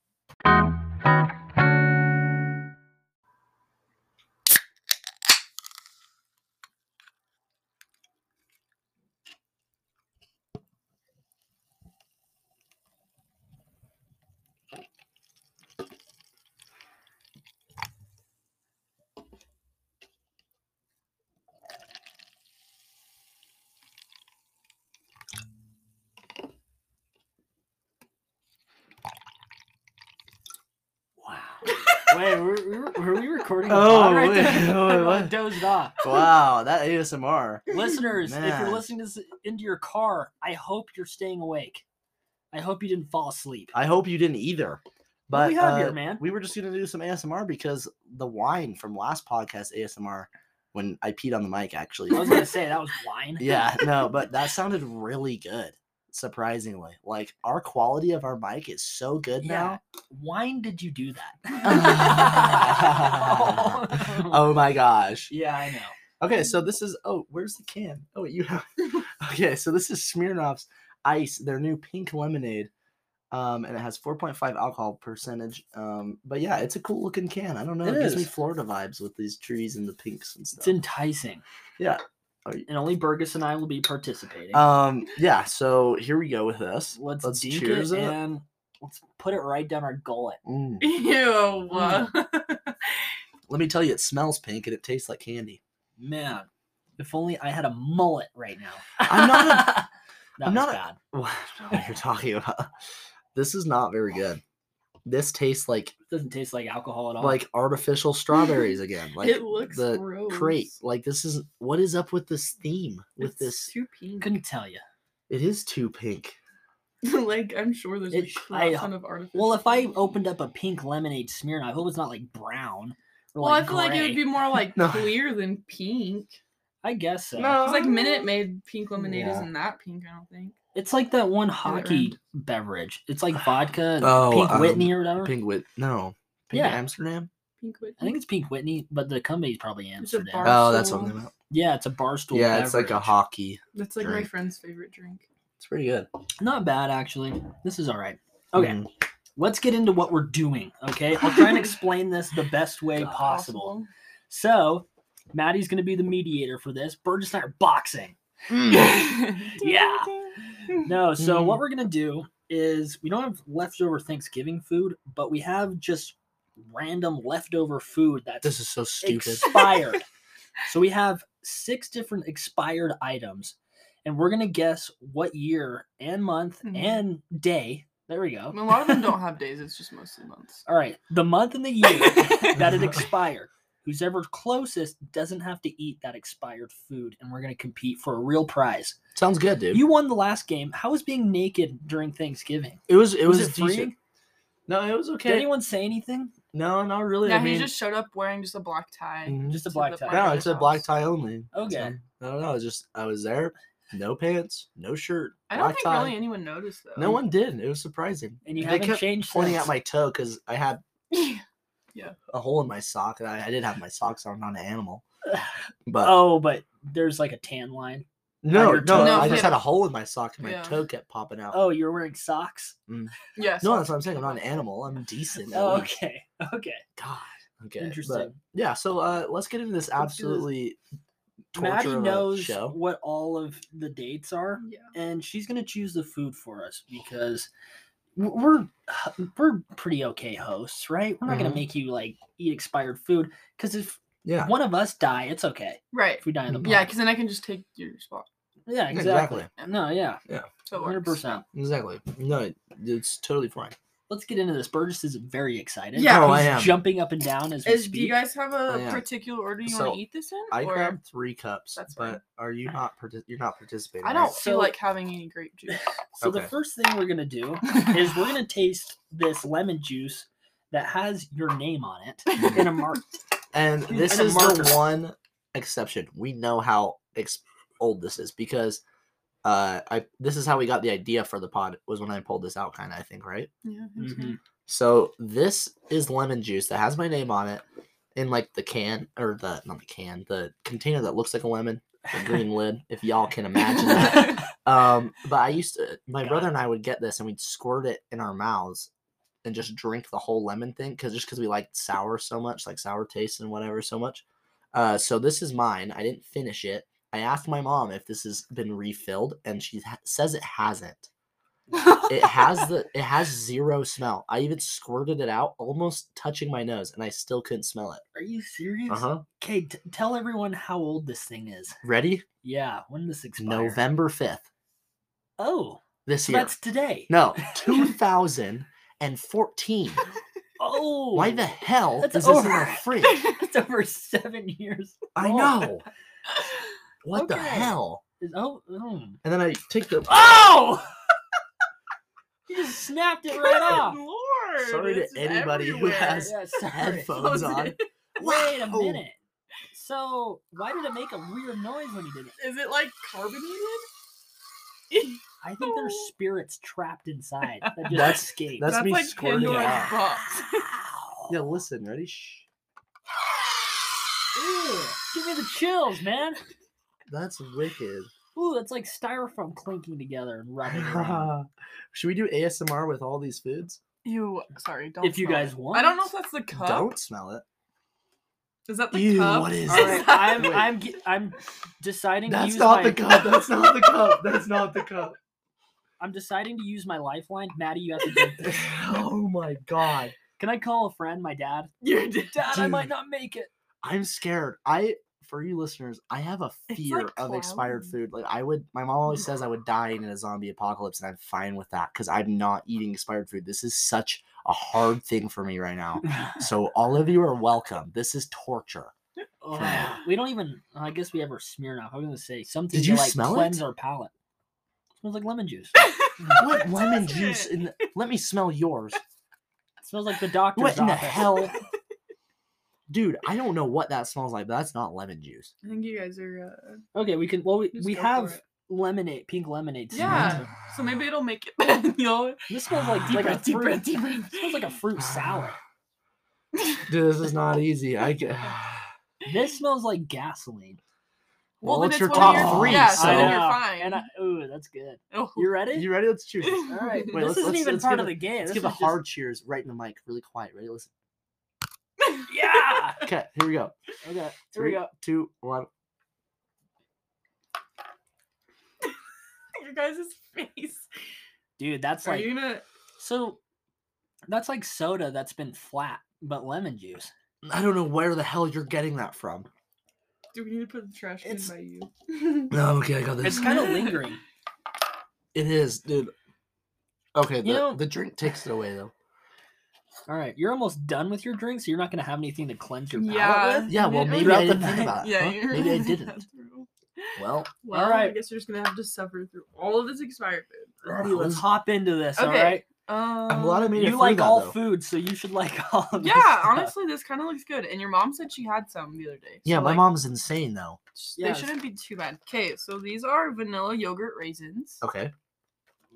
S2: Wow. wait, were, were- were we recording? a
S1: Oh,
S2: pod right
S1: wait,
S2: there?
S1: wait,
S2: I
S1: what?
S2: dozed off.
S1: Wow, that ASMR.
S2: Listeners, if
S1: Man.
S2: you're listening to this into your car, I hope you're staying awake. I hope you didn't fall asleep.
S1: I hope you didn't either.
S2: What
S1: But
S2: do we have
S1: uh,
S2: here, man?
S1: we were just gonna do some ASMR because the wine from last podcast ASMR when I peed on the mic actually.
S2: I was gonna say that was wine.
S1: yeah, no, but that sounded really good. Surprisingly, like our quality of our mic is so good
S2: Yeah.
S1: now.
S2: Wine did you do that?
S1: Oh. Oh my gosh.
S2: Yeah, I know.
S1: Okay, so this is oh, where's the can? Oh, wait, you have. Okay, so this is Smirnoff's Ice, their new pink lemonade, um, and it has 4.5 alcohol percentage. Um, but yeah, it's a cool looking can. I don't know,
S2: It
S1: it, gives me
S2: is.
S1: Florida vibes with these trees and the pinks and
S2: It's
S1: stuff.
S2: enticing.
S1: Yeah. Are you-
S2: And only Burgess and I will be participating.
S1: um, yeah. So here we go with this.
S2: let's dink
S1: cheers
S2: it
S1: it.
S2: and let's put it right down our gullet.
S1: Mm.
S3: Ew.
S1: Let me tell you, it smells pink and it tastes like candy.
S2: Man, if only I had a mullet right now.
S1: I'm not a-
S2: that
S1: I'm
S2: was
S1: not a-
S2: bad.
S1: What you're talking about? This is not very good. This tastes like
S2: doesn't taste like alcohol at all.
S1: like artificial strawberries again. Like
S3: it looks
S1: the
S3: gross.
S1: crate. Like this is what is up with this theme with
S3: It's
S1: this
S3: too pink.
S2: couldn't tell you.
S1: It is too pink.
S3: like I'm sure there's
S2: It-
S3: a crap
S2: I-
S3: ton of artificial.
S2: Well, if I opened up a pink lemonade smear, I hope it's not like brown. Or
S3: well,
S2: like
S3: I feel like it would
S2: gray.
S3: be more like
S1: No.
S3: clear than pink.
S2: I guess so.
S3: It's like Minute Maid pink lemonade
S1: Um, Yeah.
S3: isn't that pink, I don't think.
S2: It's like that one hockey beverage. It's like vodka, and
S1: Oh,
S2: Pink
S1: um,
S2: Whitney or whatever.
S1: Pink with no. Pink
S2: Yeah.
S1: Amsterdam.
S3: Pink with.
S2: I think it's Pink Whitney, but the company's probably
S3: It's a
S2: Amsterdam.
S3: bar-
S1: Oh, that's what
S3: Barstool.
S1: I'm talking about.
S2: yeah, it's a barstool.
S1: Yeah, it's like a
S2: beverage.
S1: hockey.
S3: That's like my
S1: Drink.
S3: friend's favorite drink.
S1: It's pretty good.
S2: Not bad actually. This is all right. Okay,
S1: Mm.
S2: let's get into what we're doing. Okay, I'll try and explain this the best way
S3: God,
S2: possible. So, Maddie's gonna be the mediator for this. Burgess and I are boxing.
S3: Mm.
S2: Yeah. No, so
S1: Mm.
S2: what we're gonna do is we don't have leftover Thanksgiving food, but we have just random leftover food that's
S1: This is so stupid.
S2: expired. so we have six different expired items, and we're gonna guess what year and month
S3: Mhm.
S2: and day. There we
S3: A
S2: go.
S3: lot of them don't have days. It's just mostly months.
S2: All right, the month and the year that it expired. Who's ever closest doesn't have to eat that expired food, and we're gonna compete for a real prize.
S1: Sounds good, dude.
S2: You won the last game. How was being naked during Thanksgiving?
S1: it was it
S2: was,
S1: was,
S2: it
S1: decent.
S2: freeing?
S1: No, it was
S2: Did
S1: okay.
S2: anyone say anything?
S1: no, not really.
S3: yeah,
S1: I mean,
S3: he just showed up wearing just a black tie.
S1: Mhm.
S2: Just a
S3: to
S2: black
S3: the
S2: tie.
S3: party
S1: no,
S3: at
S1: it's
S3: his
S1: a black
S3: house.
S1: tie only.
S2: Okay.
S1: So, I don't know. It's just I was there, no pants, no shirt,
S3: I don't
S1: black
S3: think
S1: tie.
S3: really anyone noticed though.
S1: No one did. It was surprising.
S2: And you
S1: They
S2: haven't
S1: kept
S2: changed
S1: pointing
S2: since.
S1: out my toe because I had
S3: Yeah.
S1: a hole in my sock. and I, I did have my socks on, not an animal. But
S2: Oh, but there's like a tan line.
S1: no,
S2: your
S1: no,
S2: toe?
S3: No,
S1: I
S3: he
S1: just
S3: had
S1: had a hole in my sock and my
S3: Yeah.
S1: toe kept popping out.
S2: Oh, you're wearing socks.
S3: Yes.
S1: no, that's what I'm saying. I'm not an animal. I'm decent. at
S2: Oh,
S1: least.
S2: okay. Okay.
S1: God. Okay. but
S2: Interesting.
S1: yeah. So uh, let's get into this
S3: Let's do this.
S1: absolutely torture
S2: Maddie
S1: of a
S2: knows
S1: show.
S2: what all of the dates are,
S3: Yeah.
S2: and she's gonna choose the food for us because we're we're pretty okay hosts, right? We're not gonna Mm-hmm.
S1: Mhm.
S2: make you like eat expired food because if
S1: Yeah.
S2: one of us die, it's okay
S3: Right.
S2: if we die in the
S1: Mhm.
S2: pot.
S3: Yeah, because then I can just take your spot.
S2: Mm-hmm. yeah,
S1: Yeah,
S2: exactly.
S3: exactly.
S2: No, yeah,
S3: So it
S2: hundred
S3: works.
S2: percent.
S1: Exactly. No, it- it's totally fine.
S2: Let's get into this. Burgess is very excited.
S3: Yeah.
S1: Oh, I
S2: he's
S1: am.
S2: jumping up and down as we
S3: Is, do
S2: speak.
S3: you guys have
S1: I
S3: a
S1: am.
S3: particular order you
S1: Oh, So,
S3: want to eat this in?
S1: I
S3: or
S1: grabbed three cups,
S3: That's fine.
S1: but are you not? Partic- you're not participating.
S3: I
S1: right?
S3: don't
S2: So-
S3: feel like having any grape juice.
S2: so the
S1: okay.
S2: first thing we're gonna do is we're gonna taste this lemon juice that has your name on it and a mark.
S1: And
S2: Dude,
S1: this
S2: and a
S1: is the
S2: marker.
S1: one exception. We know how ex- old this is because uh, I this is how we got the idea for the pod was when I pulled this out, kind of I think, right?
S3: yeah, I think so.
S2: Mhm.
S1: So this is lemon juice that has my name on it in like the can or the not the can, the container that looks like a lemon, the green lid, if y'all can imagine that. Um, but I used to, my
S2: Got
S1: brother
S2: it.
S1: and I would get this and we'd squirt it in our mouths and just drink the whole lemon thing because just because we liked sour so much, like sour taste and whatever so much. Uh, so this is mine. I didn't finish it. I asked my mom if this has been refilled, and she ha- says it hasn't. It has the it has zero smell. I even squirted it out, almost touching my nose, and I still couldn't smell it.
S2: Are you serious?
S1: Uh huh.
S2: Okay, t- tell everyone how old this thing is.
S1: Ready?
S2: Yeah, when did this expire?
S1: November fifth
S2: Oh,
S1: this
S2: so
S1: year.
S2: that's today.
S1: No, two thousand and fourteen.
S2: Oh,
S1: Why the hell
S2: That's
S1: is this in
S2: over.
S1: our fridge?
S2: It's over seven years.
S1: I
S2: old.
S1: know. What the
S3: Okay.
S1: hell?
S2: Is- Oh, mm.
S1: And then I take the.
S2: oh! you just snapped it right off.
S3: Lord,
S1: Sorry to
S3: this is
S1: anybody who
S3: everywhere.
S1: has-
S2: Yeah, sorry.
S1: headphones
S3: Close
S1: on.
S3: it.
S2: Wait a
S1: Wow.
S2: minute. So, why did it make a weird noise when you did it?
S3: Is it like carbonated?
S2: I think there's
S3: Oh.
S2: spirits trapped inside that just
S1: That's-
S2: escaped.
S1: that's- me
S3: like
S1: squirting it
S3: Pandora's
S1: out.
S3: box.
S2: Wow.
S1: Yeah, listen, ready? Shh.
S2: Ew, give me the chills, man.
S1: That's wicked.
S2: Ooh, that's like styrofoam clinking together and rubbing. around.
S1: Should we do ASMR with all these foods?
S3: Ew. Sorry. Don't.
S2: if you
S3: smell
S2: guys
S3: it.
S2: want,
S3: I don't know if that's the cup.
S1: Don't smell it.
S3: Is that the
S1: Ew,
S3: cup?
S1: what is
S3: All
S1: that?
S3: right.
S2: I'm
S1: Wait.
S2: I'm ge- I'm deciding. to
S1: That's
S2: use
S1: not
S2: my,
S1: the cup. That's not the cup. That's not the cup.
S2: I'm deciding to use my lifeline, Maddie. You have to. drink this.
S1: oh my god.
S2: Can I call a friend, my dad?
S3: You're dead.
S2: Dad, I might
S1: Dude.
S2: not make it.
S1: I'm scared. I for you listeners, I have a
S3: It's like
S1: fear of expired
S3: cloudy.
S1: food. Like I would my mom always says I would die in a zombie apocalypse and I'm fine with that cuz I'm not eating expired food. This is such a hard thing for me right now. So all of you are welcome. This is torture.
S2: Ugh, we don't even. I guess we have our Smirnoff. I was gonna say something
S1: Did
S2: to
S1: you
S2: like
S1: smell it?
S2: cleanse our palate. smells like lemon juice.
S1: What lemon
S3: does
S1: juice
S3: it?
S1: in the- Let me smell yours.
S2: It smells like the doctor's
S1: What in the
S2: office.
S1: hell? Dude, I don't know what that smells like, but that's not lemon juice.
S3: I think you guys are. Uh,
S2: Okay, we can. Well, we,
S3: Just
S2: we
S3: go for
S2: have
S3: it.
S2: lemonade, pink lemonade. tonight.
S3: Yeah. so maybe it'll make it better. Y'all.
S2: This smells like
S1: Deep
S2: like
S3: breath,
S2: a
S3: deep
S2: fruit.
S3: breath, deep breath.
S2: Smells like a fruit salad.
S1: Dude, this is not easy. I get
S2: This smells like gasoline.
S1: Well,
S3: then
S1: it's your
S3: one
S1: top
S3: of your,
S1: three,
S3: Yeah, so
S1: so-
S3: then you're
S2: Yeah,
S3: fine.
S2: And I, ooh, that's good.
S3: oh.
S2: You ready?
S1: You ready? Let's choose.
S2: All right.
S3: Wait,
S2: this
S1: let's-
S2: isn't
S1: let's-
S2: even
S1: let's
S2: part
S1: give
S2: of
S1: it-
S2: the game.
S1: Let's
S2: this
S1: give a
S2: is just-
S1: hard cheers right in the mic, really quiet. Ready? Listen.
S2: Yeah.
S1: Okay, here we go.
S2: Okay. Here we
S1: Three,
S2: go.
S1: two, one.
S3: your guys' face.
S2: Dude, that's
S3: Are
S2: like
S3: you gonna?
S2: so. That's like soda that's been flat, but lemon juice.
S1: I don't know where the hell you're getting that from.
S3: Do we need to put the trash can
S2: It's-
S3: by you?
S1: No, okay, I got
S2: It's
S1: this.
S2: kind of lingering.
S1: It is, dude. Okay, the,
S2: know-
S1: the drink takes it away though.
S2: All right, you're almost done with your drink, so you're not gonna have anything to cleanse your palate
S3: yeah.
S2: with.
S1: Yeah, well,
S3: may-
S1: maybe
S2: throughout
S1: I
S2: the
S1: didn't think
S2: night.
S1: about it.
S3: Yeah.
S1: Uh, huh?
S3: you're
S1: Maybe I
S3: gonna have
S1: didn't.
S3: to-
S1: Well,
S3: Well, I
S2: right.
S3: guess you're just gonna have to suffer through all of this expired food.
S2: Alrighty, let's
S1: Let's-
S2: hop into this. All
S3: Okay,
S2: right,
S3: Um,
S1: I'm glad I made it.
S2: you
S1: through
S2: like
S1: that,
S2: all
S1: though.
S2: food, so you should like all. Of this
S3: Yeah,
S2: stuff.
S3: honestly, this kind of looks good. And your mom said she had some the other day.
S1: Yeah,
S3: so,
S1: my
S3: like,
S1: mom's insane though.
S3: sh-
S2: Yeah.
S3: They shouldn't be too bad. Okay, so these are vanilla yogurt raisins.
S1: Okay,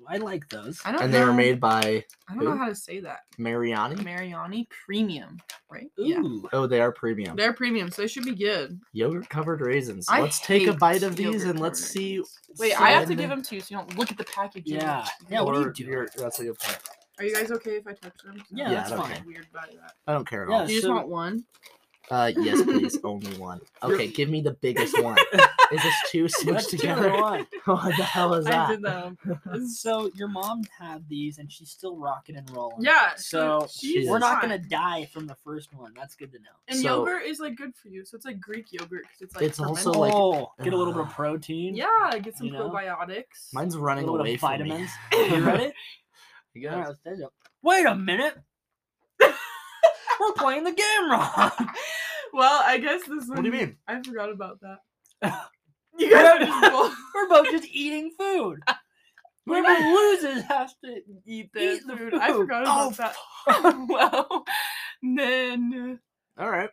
S2: I like those.
S3: I don't
S1: and they were
S3: know-
S1: made by
S3: I don't know
S1: who?
S3: how to say that.
S1: Mariani.
S3: Mariani Premium, right? Yeah.
S2: Ooh,
S1: Oh, they are premium.
S3: They're premium, so they should be good.
S1: Yogurt covered raisins.
S3: I
S1: let's take a
S3: hate
S1: bite of these
S3: yogurt
S1: and let's
S3: covered
S1: see.
S3: Wait,
S1: see
S3: I have to
S1: when
S3: give
S1: they-
S3: them to you so you don't look at the packaging.
S2: Yeah. Yeah, what are you
S1: Or
S2: doing?
S1: you're- That's a good point.
S3: Are you guys okay if I touch them?
S2: Yeah,
S1: Yeah, that's
S3: I'm
S1: fine.
S3: kinda Weird by that.
S1: I don't care at
S2: Yeah,
S1: all.
S3: You just
S2: so-
S3: want one?
S1: Uh, yes, please. Only one. Okay, give me the biggest one. Is this two
S2: That's
S1: smushed
S2: two in
S1: together?
S2: one.
S1: what the hell is
S3: I
S1: that?
S3: did that. one.
S2: So your mom had these, and she's still rocking and rolling.
S3: Yeah.
S2: So
S3: she's
S2: we're not
S3: fine.
S2: gonna die from the first one. That's good to know.
S3: And
S1: So-
S3: yogurt is like good for you, so it's like Greek yogurt 'cause it's like.
S1: It's also,
S3: fermented.
S1: like,
S2: oh, get a little bit of protein.
S3: Yeah, get some
S2: you know?
S3: probiotics.
S1: Mine's
S2: A
S1: running
S2: little bit
S1: away
S2: of
S1: from me.
S2: vitamins. you ready?
S1: You guys-
S2: All right, let's do it. Wait a minute. we're playing the game wrong.
S3: well, I guess this.
S1: What do you
S3: one-
S1: mean?
S3: I forgot about that. you guys are just bull-
S2: we're both just eating food. Whoever loses has to.
S3: eat the
S2: Eat the
S3: food. I
S2: food.
S3: forgot
S1: Oh,
S3: about that. well, then
S1: All right.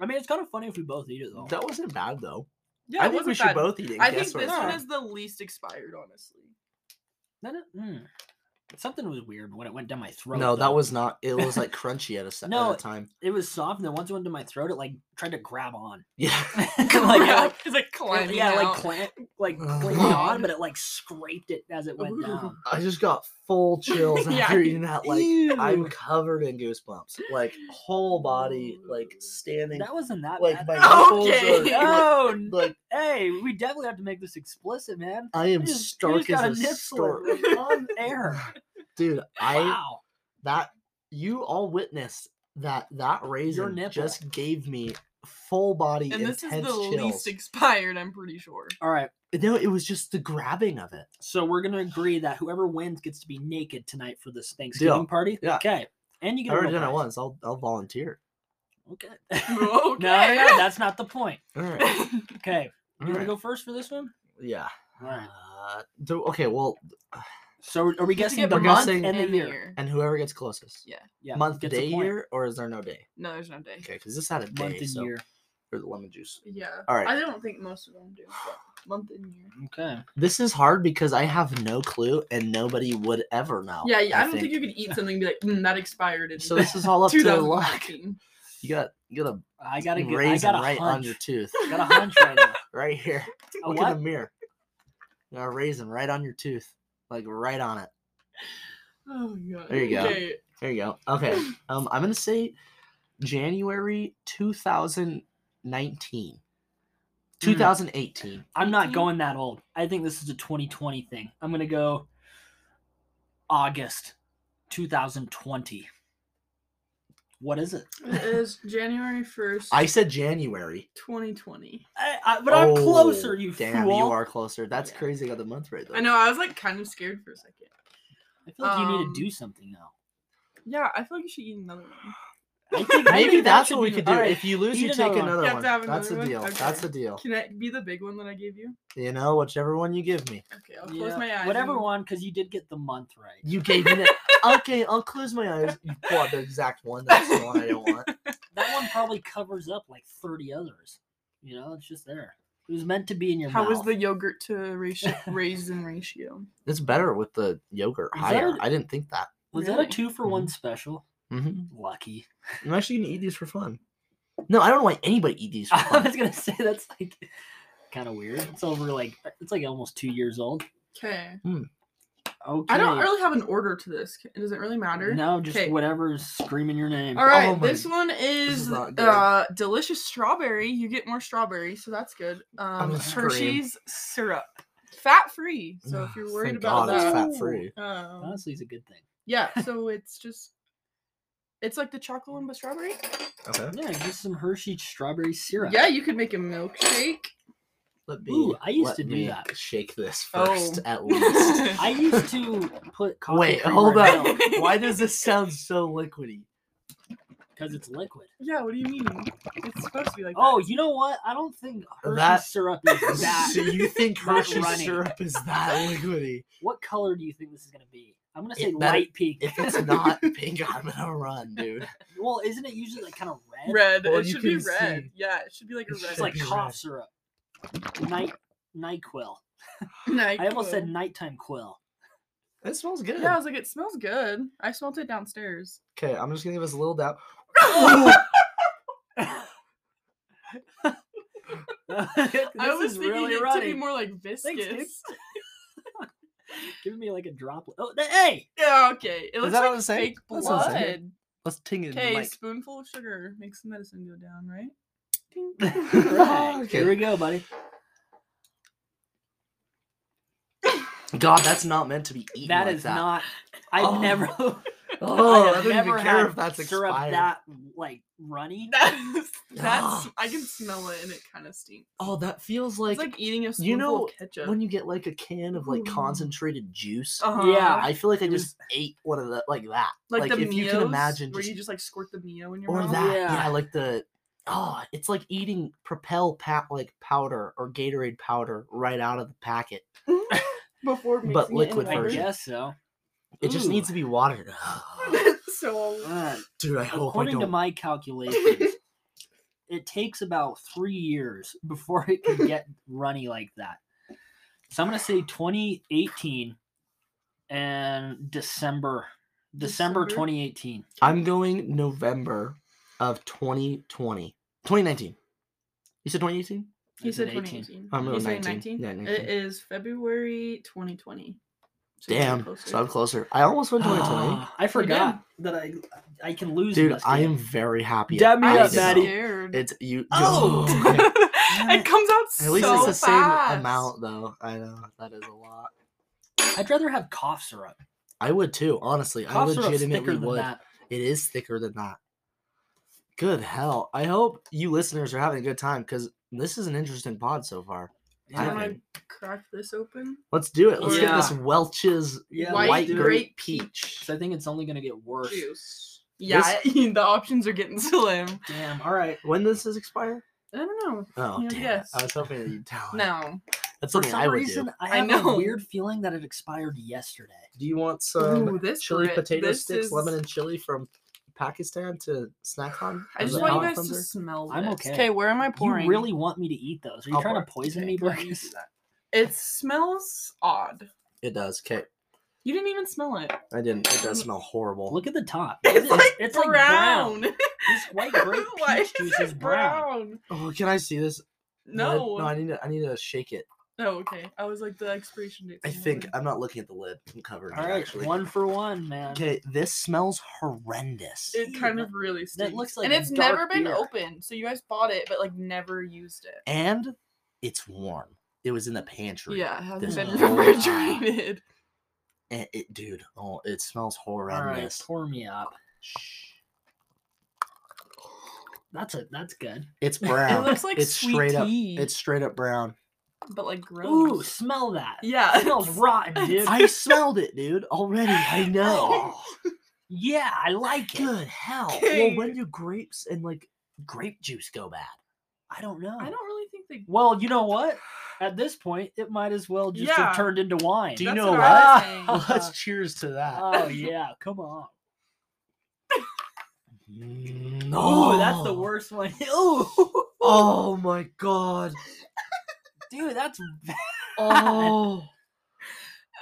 S2: I mean, it's kind of funny if we both eat it though.
S1: That wasn't bad though.
S3: yeah,
S1: I
S3: it
S1: think we
S3: wasn't
S1: should
S3: bad.
S1: both eat it. and
S3: I think
S1: guess
S3: this
S1: what it's
S3: one
S1: from.
S3: is the least expired, honestly.
S2: Then it- mm. Something was weird when it went down my throat.
S1: No, that
S2: though.
S1: was not. It was like crunchy at a, se-
S2: No.
S1: at a time.
S2: It was soft, and then once it went to my throat, it like tried to grab on.
S1: Yeah.
S2: like,
S3: yeah,
S2: yeah,
S3: it's like
S2: like,
S3: climbing.
S2: yeah, like
S3: out.
S2: clamp, like
S1: Ugh.
S2: clinging on, but it like scraped it as it went
S3: Ooh.
S2: down.
S1: I just got full chills
S3: Yeah.
S1: after eating that. Like I'm
S2: Ew.
S1: covered in goosebumps. Like whole body, like standing.
S2: That wasn't that
S1: Like my
S2: bad.
S1: nipples
S3: Okay.
S1: are,
S2: no,
S1: like,
S2: n-
S1: like,
S2: hey, we definitely have to make this explicit, man.
S1: I am
S2: You just- you
S1: stark
S2: just got
S1: as a
S2: nip slip
S1: stork,
S2: on air.
S1: dude. I
S2: Wow.
S1: that you all witnessed that that raisin
S2: nipple.
S1: just gave me full body
S3: and this
S1: intense
S3: is the
S1: chills.
S3: least expired. I'm pretty sure.
S2: All right,
S1: no, it was just the grabbing of it.
S2: so we're gonna agree that whoever wins gets to be naked tonight for this Thanksgiving
S1: Deal.
S2: party.
S1: Yeah.
S2: Okay, and you
S1: I
S2: get a
S1: already
S2: real
S1: done it
S2: prize.
S1: once. I'll I'll volunteer.
S2: Okay.
S3: okay.
S2: no, no, no, that's not the point.
S1: All right.
S2: Okay,
S1: All
S2: you want to
S1: right.
S2: go first for this one?
S1: Yeah.
S2: All right.
S1: Uh, do, okay. Well,
S2: So are we
S3: You have to
S2: guessing
S3: get
S2: the
S1: We're
S2: month
S1: guessing-
S2: and the year?
S1: and whoever gets closest.
S2: Yeah,
S1: month,
S2: gets a
S1: day,
S2: point.
S1: year, or is there no day?
S3: No, there's no day.
S1: Okay, because this had a day.
S2: Month and
S1: so,
S2: year.
S1: Or the lemon juice.
S3: Yeah.
S1: All right.
S3: I don't think most of them do. But month and year.
S2: Okay.
S1: This is hard because I have no clue and nobody would ever know.
S3: Yeah, yeah. I, don't think. you could eat something and be like, mm, that expired. in
S1: So this is all up to luck.
S3: 2019."
S1: You got you got
S2: I
S1: a
S2: gotta get. I
S1: raisin
S2: got a
S1: right on
S2: hunch.
S1: your tooth,
S2: got a hunch right now.
S1: right here.
S2: A
S1: Look in
S2: what?
S1: the mirror. You got a raisin right on your tooth, like right on it.
S3: Oh my god.
S1: There you go.
S3: Okay.
S1: There you go. Okay. Um, I'm gonna say January 2019. 2018.
S2: I'm not
S3: 18?
S2: going that old. I think this is a 2020 thing. I'm gonna go August 2020. What is it?
S3: It is January first,
S1: I said January.
S3: 2020.
S2: I, I, but I'm
S1: Oh,
S2: closer, you
S1: damn,
S2: fool.
S1: you are closer. That's
S3: Yeah.
S1: crazy. I got the month right though.
S3: I know. I was like kind of scared for a second.
S2: I feel like you
S3: Um,
S2: need to do something now.
S3: Yeah, I feel like you should eat another one.
S2: I think, I
S1: Maybe
S2: think that
S1: that's
S2: should
S1: what we
S2: be-
S1: could do.
S2: all right.
S1: If you lose,
S2: eat
S1: you take
S2: another
S1: another
S2: one.
S3: You have
S1: one.
S3: to have
S1: That's the
S3: another
S1: deal.
S3: one?
S1: That's
S3: Okay.
S1: the deal.
S3: Can it be the big one that I gave you?
S1: You know, whichever one you give me.
S3: Okay, I'll close
S2: Yeah,
S3: my eyes.
S2: Whatever
S3: and-
S2: one, because you did get the month right.
S1: You gave me that. okay, I'll close my eyes. You pull out the exact one. That's the one I don't want.
S2: That one probably covers up like 30 others. You know, it's just there. It was meant to be in your
S3: How
S2: mouth.
S3: was the yogurt to ratio, raisin ratio?
S1: It's better with the yogurt
S2: Is
S1: higher.
S2: that-
S1: I didn't think that.
S2: Was that
S3: Really?
S2: a two for one special?
S1: Mm-hmm.
S2: Lucky.
S1: I'm actually gonna eat these for fun. No, I don't know why anybody eat these for
S2: I
S1: fun.
S2: was gonna say that's like kind of weird. It's over like it's like almost two years old.
S3: Okay.
S2: Okay.
S3: I don't really have an order to this. It doesn't really matter.
S2: No, just
S3: 'Kay.
S2: whatever's screaming your name.
S3: All right,
S1: Oh my-
S3: this one
S1: is
S3: is,
S1: not good.
S3: uh delicious strawberry. You get more strawberry, so that's good. Um
S1: gonna scream.
S3: Hershey's syrup. Fat free. So if you're worried
S1: Thank
S3: about
S1: God it's
S3: that.
S1: fat free.
S3: Um,
S2: Honestly, it's a good thing.
S3: yeah, so it's just it's like the chocolate one but strawberry.
S1: Okay.
S2: Yeah, just some Hershey strawberry syrup.
S3: Yeah, you could make a milkshake.
S1: Let me.
S2: Ooh, I used
S1: let
S2: to do
S1: me
S2: that.
S1: Shake this
S3: Oh.
S1: first, at least.
S2: I used to put coffee
S1: Wait,
S2: creamer
S1: hold
S2: in
S1: on.
S2: milk
S1: Why does this sound so liquidy?
S2: because it's liquid.
S3: Yeah, what do you mean? It's supposed to be like
S2: Oh, you know what? I don't think Hershey
S1: That-
S2: syrup is that.
S1: So you think
S2: not
S1: Hershey
S2: running.
S1: syrup is that liquidy?
S2: what color do you think this is gonna be? I'm gonna say
S1: It better-
S2: light pink.
S1: If it's not pink, I'm gonna run, dude.
S2: well, isn't it usually like kind of
S3: that.
S2: red?
S3: red.
S1: Well,
S3: it
S1: you
S3: should be
S1: can
S3: red.
S1: see.
S3: Yeah, it should be like a
S1: It's
S3: red.
S2: It's like
S1: Should be
S2: cough
S1: red.
S2: syrup. Night Nyquil.
S3: Nyquil.
S2: I almost said nighttime quill.
S1: It smells good.
S3: Yeah, I was like, it smells good. I smelled it downstairs.
S1: Okay, I'm just gonna give us a little doubt.
S2: I
S3: I was thinking it to be more like
S2: dude.
S3: viscous.
S2: Give me like a droplet. Oh, th- hey!
S3: Yeah, okay. It looks
S1: that
S3: like
S1: what it say?
S3: fake
S1: That's
S3: blood.
S1: what it say. Let's ting it in the
S3: Okay,
S1: mic.
S3: spoonful of sugar makes the medicine go down, right? Ding.
S2: Right,
S1: Okay.
S2: Here we go, buddy.
S1: God, that's not meant to be eaten.
S2: That
S1: like
S2: is not. I've
S1: Oh.
S2: never.
S1: Oh,
S2: I
S1: I
S2: have
S1: don't
S2: never
S1: even care
S2: had
S1: if that's
S2: syrup
S1: expired.
S2: that like runny.
S3: That's that's
S1: Ah.
S3: I can smell it and it kind of stinks.
S1: Oh, that feels like, Mm-hmm.
S3: It's like eating a spoonful
S1: you know
S3: of ketchup.
S1: when you get like a can of like
S3: Ooh.
S1: concentrated juice.
S3: Uh-huh.
S2: Yeah.
S1: I feel like I
S2: It
S1: just ate one of the like that.
S3: like, the
S1: if you can
S3: Mio's,
S1: imagine
S3: where
S1: just-
S3: you just like squirt the Mio in your
S1: or
S3: mouth.
S1: that.
S2: Yeah.
S1: Yeah. like the oh, it's like eating Propel pat like powder or Gatorade powder right out of the packet.
S3: before
S1: But mixing it in liquid
S2: I
S1: version.
S2: guess so.
S1: It just
S2: Ooh.
S1: needs to be watered.
S3: so
S2: Uh,
S1: Dude, Oh, I hope I
S2: according to
S1: don't.
S2: my calculations, it takes about three years before it can get runny like that. So I'm gonna say 2018 and December, December
S3: December?
S2: 2018.
S1: I'm going November of 2020, 2019. You said 2018?
S3: he
S2: I
S3: said
S2: 18.
S3: 2018.
S1: I'm
S3: you
S1: really
S3: said
S1: 19.
S3: 19.
S1: Yeah, 19.
S3: It is February 2020. So you're
S1: Damn.
S3: closer.
S1: So I'm closer. I almost went 2020.
S2: I forgot that I I can lose.
S1: Dude,
S2: this
S1: I
S2: game.
S1: am very happy.
S2: Dab me
S1: I
S3: I'm
S2: up,
S1: did not.
S2: Maddie.
S3: scared.
S1: It's you.
S3: oh, it comes out so
S1: At least it's the
S3: fast.
S1: same amount, though. I know that is a lot.
S2: I'd rather have cough syrup.
S1: I would too, honestly. I
S2: Cough syrup's thicker
S1: legitimately
S2: than
S1: would.
S2: that.
S1: It is thicker than that. Good hell! I hope you listeners are having a good time because this is an interesting pod so far.
S3: Do you
S1: I
S2: Yeah.
S3: want
S1: think.
S3: to crack this open?
S1: Let's do it. Let's get
S2: Yeah.
S1: this Welch's
S2: Yeah,
S1: white,
S2: let's do it.
S1: grape, peach.
S2: So I think it's only gonna get worse.
S3: juice. Yeah, the options are getting slim.
S2: Damn. All right.
S1: When does this expire?
S3: I don't know.
S1: Oh,
S3: Yeah,
S1: damn it.
S3: yes.
S1: I was hoping that you'd tell. me.
S3: No.
S1: That's
S2: For
S1: something
S2: some
S1: I would
S2: reason,
S1: do.
S2: I
S3: I
S2: have a
S3: know.
S2: weird feeling that it expired yesterday.
S1: Do you want some
S3: Ooh, this
S1: chili
S3: grit-
S1: potato
S3: this
S1: sticks,
S3: is-
S1: lemon and chili from Pakistan to snack on?
S3: I
S1: As
S3: just
S1: a
S3: want you
S1: palate
S3: guys to
S1: cleanser?
S3: smell this.
S2: I'm okay.
S3: Okay, where am I pouring?
S2: You really want me to eat those? Are you
S1: I'll
S2: trying
S1: pour
S2: to poison
S3: Okay,
S2: me,
S3: let me
S2: Burgess?
S3: do that. It smells odd.
S1: It does. Okay,
S3: You didn't even smell it.
S1: I didn't. It does smell horrible.
S2: Look at the top.
S3: It's,
S2: It is-
S3: like
S2: it's like
S3: brown.
S2: This white grape
S3: Why
S2: peach juice is brown.
S1: oh, can I see this? I-
S3: No.
S1: no, I need to. I need to shake it.
S3: Oh, okay. I was like the expiration date.
S1: I think I'm not looking at the lid. I'm covered.
S2: All right,
S1: actually.
S2: one for one, man.
S1: Okay, this smells horrendous.
S3: It kind of really stinks.
S2: looks like
S3: and
S2: a
S3: it's never
S2: dark
S3: been
S2: beer.
S3: open. So you guys bought it, but like never used it.
S1: and it's warm. It was in the pantry.
S3: Yeah, it hasn't
S1: This
S3: been
S1: is all-
S3: refrigerated.
S1: And it, dude, oh, it smells
S2: All right,
S1: horrendous.
S2: pour me up. That's a that's good.
S1: It's
S3: It
S1: brown.
S3: looks like
S1: it's
S3: sweet
S1: straight up.
S3: tea,
S1: It's straight up brown.
S3: but like gross.
S2: Ooh, smell that.
S3: yeah,
S2: It smells
S3: it's-
S2: rotten, dude.
S1: I smelled it, dude. Already, I know.
S2: yeah, I like it.
S1: Good hell. Well,
S3: Okay.
S1: when do grapes and like grape juice go bad?
S2: I don't know.
S3: I don't really think they.
S2: Well, you know what? At this point, it might as well just
S3: Yeah.
S2: have turned into wine.
S1: Do you
S3: That's
S1: know
S3: what I was
S2: what?
S3: saying.
S1: Let's cheers to that.
S2: Oh yeah, come on.
S1: no,
S2: Ooh, that's the worst one. Ooh,
S1: Oh my god.
S2: dude, that's
S1: Oh,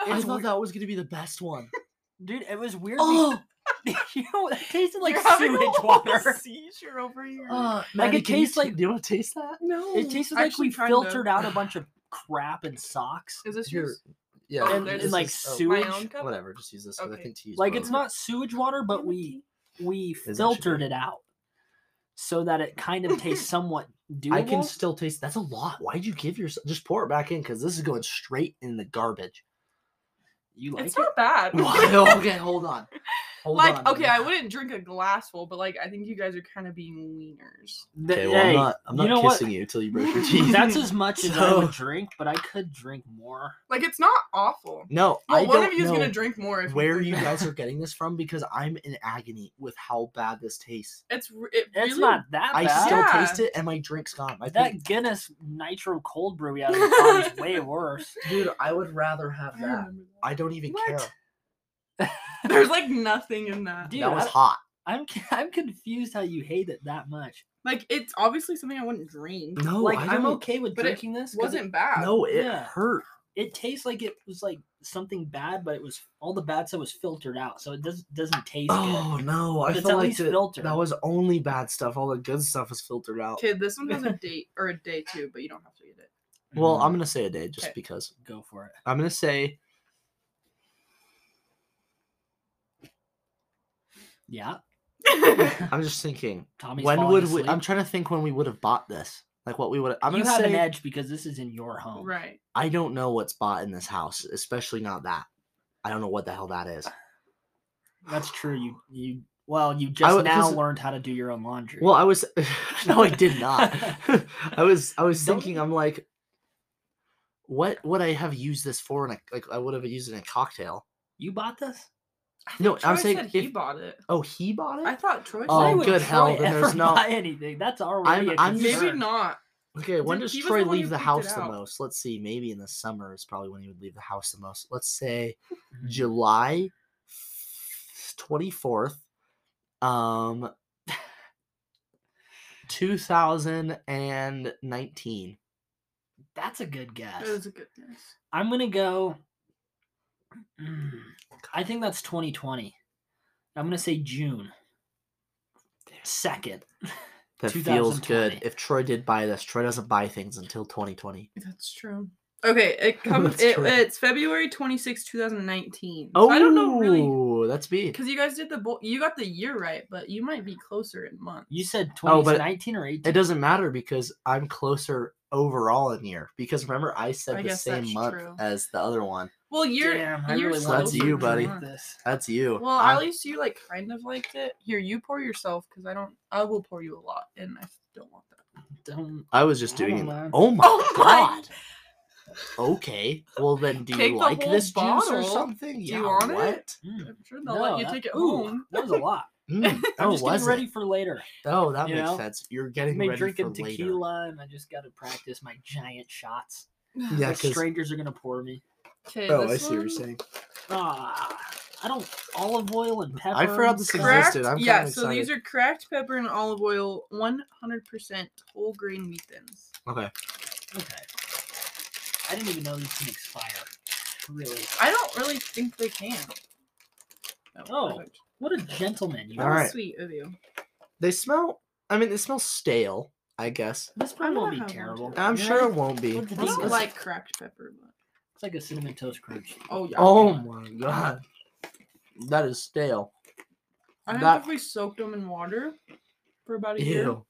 S1: I
S2: It's
S1: thought
S2: weird.
S1: that was gonna be the best one.
S2: dude. It was weird.
S1: Oh,
S2: because- you know, it tasted like
S3: You're having a
S2: sewage
S3: whole
S2: water.
S3: Seizure over here.
S1: uh,
S2: Maddie,
S1: it
S2: can you
S1: tastes
S2: ta-
S1: like. Do you want to taste that?
S3: no,
S2: It tasted like
S3: actually
S2: we
S3: kinda.
S2: filtered out a bunch of crap and socks
S3: Is this
S1: Here,
S3: yours?
S1: Yeah,
S3: Oh,
S2: and,
S3: there's
S2: and, like
S1: this is-
S2: sewage.
S3: own cup?
S1: Whatever, just use this. 'cause I
S3: Okay.
S1: think to use
S2: Like
S1: both.
S2: it's not sewage water, but we we
S1: that
S2: filtered
S1: sugar?
S2: it out so that it kind of tastes somewhat doable.
S1: I can still taste. That's a lot. Why'd you give yourself? Just pour it back in because this is going straight in the garbage.
S2: you like
S3: It's
S2: it?
S3: not bad.
S1: Why? okay, hold on. Hold
S3: like
S1: on,
S3: okay,
S1: hold
S3: I
S1: on.
S3: wouldn't drink a glass full, but like I think you guys are kind of being leaners.
S1: Okay,
S2: Th-
S1: well, I'm
S2: hey,
S1: not. I'm not
S2: you know what?
S1: kissing you till you brush your teeth.
S2: That's as much as I would
S1: So-
S2: drink, but I could drink more.
S3: Like it's not awful.
S1: no, I
S3: Well, one
S1: don't
S3: of you is
S1: know
S3: gonna drink more. If
S1: where
S3: drink
S1: you
S3: that.
S1: guys are getting this from because I'm in agony with how bad this tastes.
S3: It's re- it
S2: It's
S3: really-
S2: not that
S1: I
S2: bad.
S1: still
S3: Yeah.
S1: taste it, and my drink's gone. I think,
S2: That Guinness Nitro Cold Brew we had in the car is way worse.
S1: dude, I would rather have
S3: I
S1: that.
S3: remember that.
S1: Mm. I don't even
S3: What?
S1: care.
S3: There's like nothing in that.
S2: Dude,
S1: that was
S2: I-
S1: hot.
S2: I'm c- I'm confused how you hate it that much.
S3: Like it's obviously something I wouldn't drink.
S1: No,
S2: like
S1: I
S2: I'm
S1: don't-
S2: okay with
S3: but it
S2: drinking this.
S3: It
S2: 'cause
S3: wasn't bad.
S1: No, it
S2: Yeah.
S1: hurt.
S2: It, it tastes like it was like something bad, but it was all the bad stuff was filtered out, so it does doesn't taste
S1: Oh no, I
S2: It's
S1: felt
S2: at
S1: like
S2: least
S1: that,
S2: filtered.
S1: that was only bad stuff. All the good stuff was filtered out.
S3: Okay, this one has a date or a day too, but you don't have to eat it.
S2: good.
S1: Well,
S2: Mm,
S1: I'm gonna say a day just
S3: Okay.
S1: because.
S2: go for it.
S1: I'm gonna say
S2: Yeah.
S1: I'm just thinking.
S2: Tommy's
S1: when
S2: falling
S1: would we?
S2: asleep.
S1: I'm trying to think when we would have bought this. Like what we would. I'm
S2: you
S1: gonna
S2: have
S1: say
S2: an edge because this is in your home.
S3: right.
S1: I don't know what's bought in this house, especially not that. I don't know what the hell that is.
S2: That's true. You you well, you just
S1: would-
S2: now
S1: 'cause-
S2: learned how to do your own laundry.
S1: Well, I was no, I did not. I was I was
S2: Don't
S1: thinking.
S2: you-
S1: I'm like, what would I have used this for? And like I would have used it in a cocktail.
S2: you bought this?
S1: No,
S3: Troy
S1: I'm saying
S3: said he
S1: if,
S3: bought it.
S1: oh he bought it.
S3: I thought Troy.
S1: Oh,
S2: Why
S3: said
S2: would
S1: good
S2: Troy
S1: hell, then there's
S2: ever
S1: no-
S2: buy anything. That's already
S1: I'm-
S2: a
S1: I'm
S3: Maybe
S1: concern.
S3: not.
S1: okay, when
S3: Did-
S1: does
S3: he was
S1: Troy
S3: the one who
S1: leave the
S3: picked it
S1: house the
S3: out.
S1: most? Let's see. Maybe in the summer is probably when he would leave the house the most. Let's say
S3: Mm-hmm.
S1: July twenty fourth, um, two thousand and nineteen.
S2: That's a good
S3: That
S2: guess.
S3: was a good guess.
S2: I'm gonna go. Mm, I think that's 2020. I'm gonna say June second.
S1: That feels
S2: 2020.
S1: good. If Troy did buy this, Troy doesn't buy things until 2020.
S3: That's true. Okay, it comes.
S1: That's
S3: it,
S1: true.
S3: it's February twenty sixth, 2019. So I don't know really
S1: Ooh, Oh, That's me.
S3: because you guys did the bo- you got the year right, but you might be closer in month.
S2: You said
S1: Oh, but
S2: 2019 or 18.
S1: It doesn't matter because I'm closer overall in year. Because remember, I said
S3: I
S1: the
S3: guess
S1: same
S3: that's
S1: month
S3: true.
S1: as the other one.
S3: Well, you're
S2: Damn, I
S3: you're
S2: really
S1: wanted
S2: want
S1: That's you,
S2: to
S1: buddy.
S2: do This.
S1: That's you.
S3: Well,
S1: I'm-
S3: at least you like kind of liked it. Here, you pour yourself because I don't. I will pour you a lot, and I don't want that.
S2: Don't.
S1: I was just
S2: I don't
S1: doing
S2: know.
S1: it. Oh my
S3: Oh my-
S1: god. Okay. Well, then, do you
S3: Take the
S1: like
S3: whole
S1: this juice or
S3: bottle.
S1: something?
S3: Do
S1: yeah.
S3: you want it?
S1: what?
S2: Mm.
S3: I'm sure they'll
S2: No,
S3: let you
S2: that-
S3: take it
S2: ooh,
S3: home.
S2: That was a lot.
S1: Mm,
S2: I'm
S1: oh,
S2: just getting
S1: was
S2: ready
S1: ready.
S2: for later.
S1: Oh, that
S2: you
S1: makes
S2: know?
S1: sense. You're
S2: I'm
S1: getting ready
S2: drinking
S1: for later.
S2: tequila, and I just got to practice my giant shots.
S1: Yeah,
S2: that
S1: 'cause-
S2: strangers are gonna pour me.
S3: Okay.
S1: Oh, I
S3: this
S1: see what you're
S3: one-
S1: saying.
S2: Ah, I don't olive oil and pepper.
S1: I forgot
S2: and
S1: this
S2: stuff.
S1: existed.
S3: Cracked,
S1: I'm kinda
S3: yeah. So these
S1: excited.
S3: are cracked pepper and olive oil, 100% whole grain wheat thins.
S1: Okay.
S2: Okay. I didn't even know these can expire. Really?
S3: I don't really think they can. That was
S2: Oh,
S3: perfect.
S2: What a gentleman you
S3: that
S1: all
S2: are.
S3: was
S1: right.
S3: sweet of you.
S1: They smell. I mean, they smell stale. I guess.
S2: This probably
S3: I'm gonna
S2: won't
S3: have
S2: be
S3: one
S2: terrible.
S3: too.
S1: I'm
S2: You
S1: sure
S2: know,
S1: it won't be.
S2: What the
S3: I
S2: This
S3: don't
S2: is-
S3: like cracked pepper, but
S2: It's like a cinnamon toast crunch.
S3: oh yeah.
S1: Oh my god, that is stale.
S3: I think
S1: that-
S3: if we soaked them in water for about a year.
S1: Ew.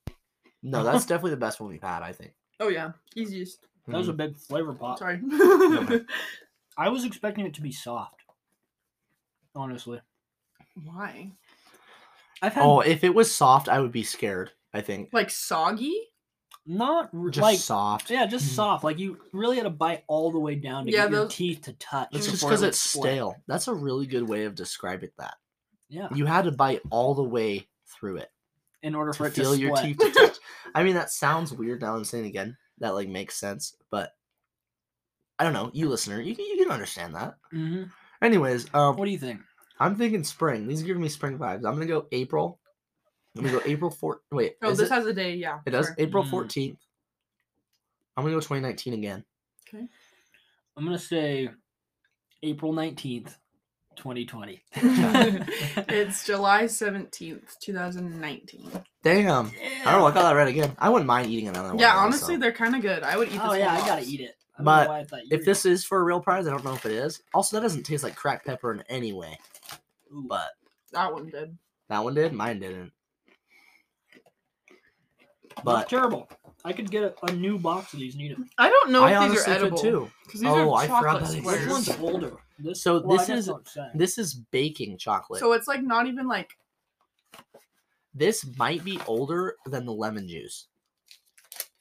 S1: No, that's definitely the best one we've had. I think.
S3: Oh yeah, easiest.
S2: That
S1: Hmm.
S2: was a big flavor pop.
S3: Sorry.
S2: I was expecting it to be soft. Honestly,
S3: Why?
S2: I've had
S1: Oh, if it was soft, I would be scared. I think
S3: Like soggy?
S2: not r-
S1: just
S2: like
S1: soft.
S2: yeah, just
S1: Mm.
S2: soft. Like you really had to bite all the way down to
S3: Yeah,
S2: get your
S3: those-
S2: teeth to touch.
S1: It's just
S2: before
S1: because
S2: it would
S1: it's
S2: split.
S1: stale. That's a really good way of describing that.
S2: Yeah,
S1: You had to bite all the way through it
S2: in order for
S1: to
S2: it to
S1: feel
S2: split.
S1: your teeth to touch. I mean, that sounds weird. Now I'm saying it again, that like makes sense, but I don't know. You listener, you can, you can understand that.
S2: Mhm.
S1: Anyways, um,
S2: What do you think?
S1: I'm thinking spring. These are giving me spring vibes. I'm gonna go April. I'm gonna go April 4th. Wait,
S3: Oh,
S1: is
S3: this
S1: it?
S3: has a day, yeah.
S1: it does
S3: sure.
S1: April
S2: Mm.
S1: 14th. I'm gonna go 2019 again.
S3: Okay.
S2: I'm gonna say April nineteenth, twenty twenty.
S3: it's July 17th, 2019.
S1: Damn. I don't know. I got that right again. I wouldn't mind eating another one.
S3: Yeah,
S1: though,
S3: honestly,
S1: so.
S3: they're kind of good. I would eat this
S2: Oh
S3: whole
S2: yeah, I
S3: box.
S2: gotta eat it. I don't know
S1: But
S2: why I thought you
S1: if
S2: were-
S1: this is for a real prize, I don't know if it is. Also, that doesn't taste like cracked pepper in any way.
S2: Ooh,
S1: But
S3: That one did.
S1: that one did. Mine didn't.
S2: that's
S1: But
S2: terrible. I could get a, a new box of these and eat it.
S3: I don't know
S1: I
S3: if these are
S1: honestly could
S3: edible
S1: too.
S3: Because these
S1: Oh,
S3: are
S1: I forgot
S3: chocolate
S1: that
S3: squares.
S2: This
S1: exists.
S2: one's older. This,
S1: So
S2: well, I
S1: this
S2: guess
S1: is-
S2: don't say.
S1: This is baking chocolate.
S3: So it's like not even like
S1: this might be older than the lemon juice.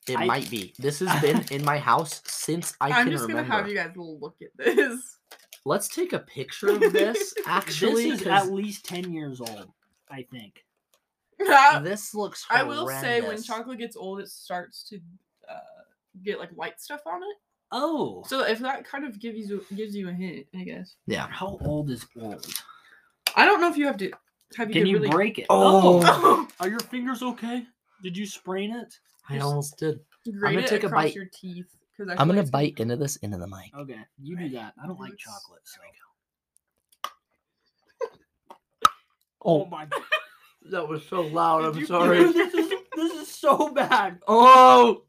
S1: It
S2: I-
S1: might be. This has been in my house since I
S3: I am
S1: can
S3: just
S1: remember.
S3: gonna have you guys look at this.
S1: Let's take a picture of this. Actually,
S2: this is
S1: 'cause
S2: at least ten years old. I think.
S3: That-
S1: this looks.
S3: I will say when
S1: horrendous.
S3: chocolate gets old, it starts to uh, get like white stuff on it.
S2: Oh,
S3: So if that kind of gives you gives you a hint, I guess.
S2: how old is old?
S3: I don't know if you have to. Have you
S2: Can
S3: could
S2: you
S3: really...
S2: break it?
S1: Oh.
S2: are your fingers okay? Did you sprain it?
S1: I almost did.
S3: grate it
S1: take a
S3: across
S1: bite.
S3: your teeth? Because
S1: I'm gonna bite into this into the mic.
S3: Oh,
S2: Okay, you do that. I don't like
S3: Let's-
S2: chocolate. So.
S1: Oh,
S2: my
S1: that was so loud.
S3: Did
S1: I'm
S3: you-
S1: sorry.
S2: this is this is so bad.
S1: Oh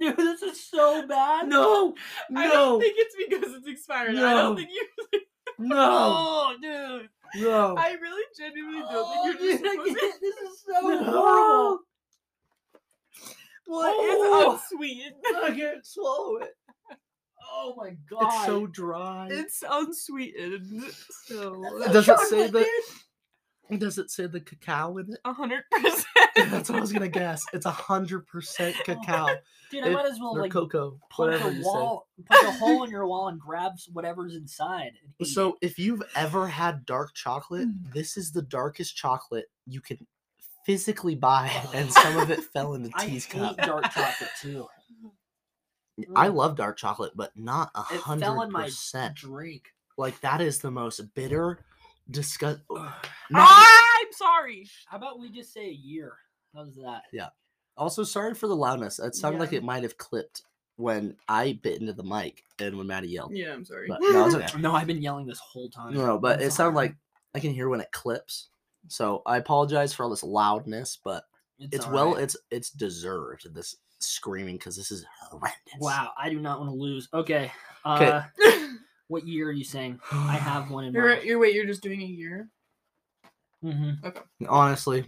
S2: Dude, this is so bad.
S1: no,
S3: I don't
S1: no,
S3: think it's because it's expired. I don't
S1: No.
S3: think you.
S1: no,
S3: Oh, dude.
S1: no. Oh,
S3: I really genuinely don't think you're just supposed to.
S2: this
S1: Oh.
S3: sweet.
S1: I can't swallow it.
S2: Oh my god.
S1: It's so dry.
S3: It's unsweetened. So
S1: Does it say
S2: Chocolate,
S1: that? Does it say the cacao in it?
S3: a hundred percent.
S1: That's what I was gonna guess. It's hundred percent cacao
S2: dude, I
S1: it-
S2: might as well
S1: or
S2: like
S1: cocoa,
S2: punch
S1: whatever
S2: a
S1: you say.
S2: wall, punch a hole in your wall, and grab s- whatever's inside. and eat it.
S1: So, if you've ever had dark chocolate,
S3: Mm.
S1: this is the darkest chocolate you can physically buy, and some of it fell in the
S2: I
S1: tea's
S2: hate
S1: cup.
S2: dark chocolate too.
S1: I love dark chocolate, but not a
S2: It fell
S1: hundred
S2: in my
S1: percent.
S2: drink.
S1: Like that is the most bitter, disgust.
S2: Ugh. Ah!
S3: Ah, I'm sorry.
S2: How about we just say a year? How's that?
S1: Also, sorry for the loudness. It sounded like
S3: Yeah.
S1: it might have clipped when I bit into the mic and when Maddie yelled.
S3: Yeah, I'm sorry.
S1: But no, it's okay.
S2: No, I've been yelling this whole time.
S1: No, but
S2: I'm
S1: it sounded
S2: sorry.
S1: like I can hear when it clips. So I apologize for all this loudness, but it's,
S2: all
S1: well,
S2: right.
S1: it's it's deserved. This screaming because this is horrendous.
S2: Wow, I do not want to lose. Okay.
S1: Okay.
S2: Uh, what year are you saying? I have one in
S3: you're,
S2: mind.
S3: you're wait. You're just doing a year
S2: Mhm.
S1: Honestly,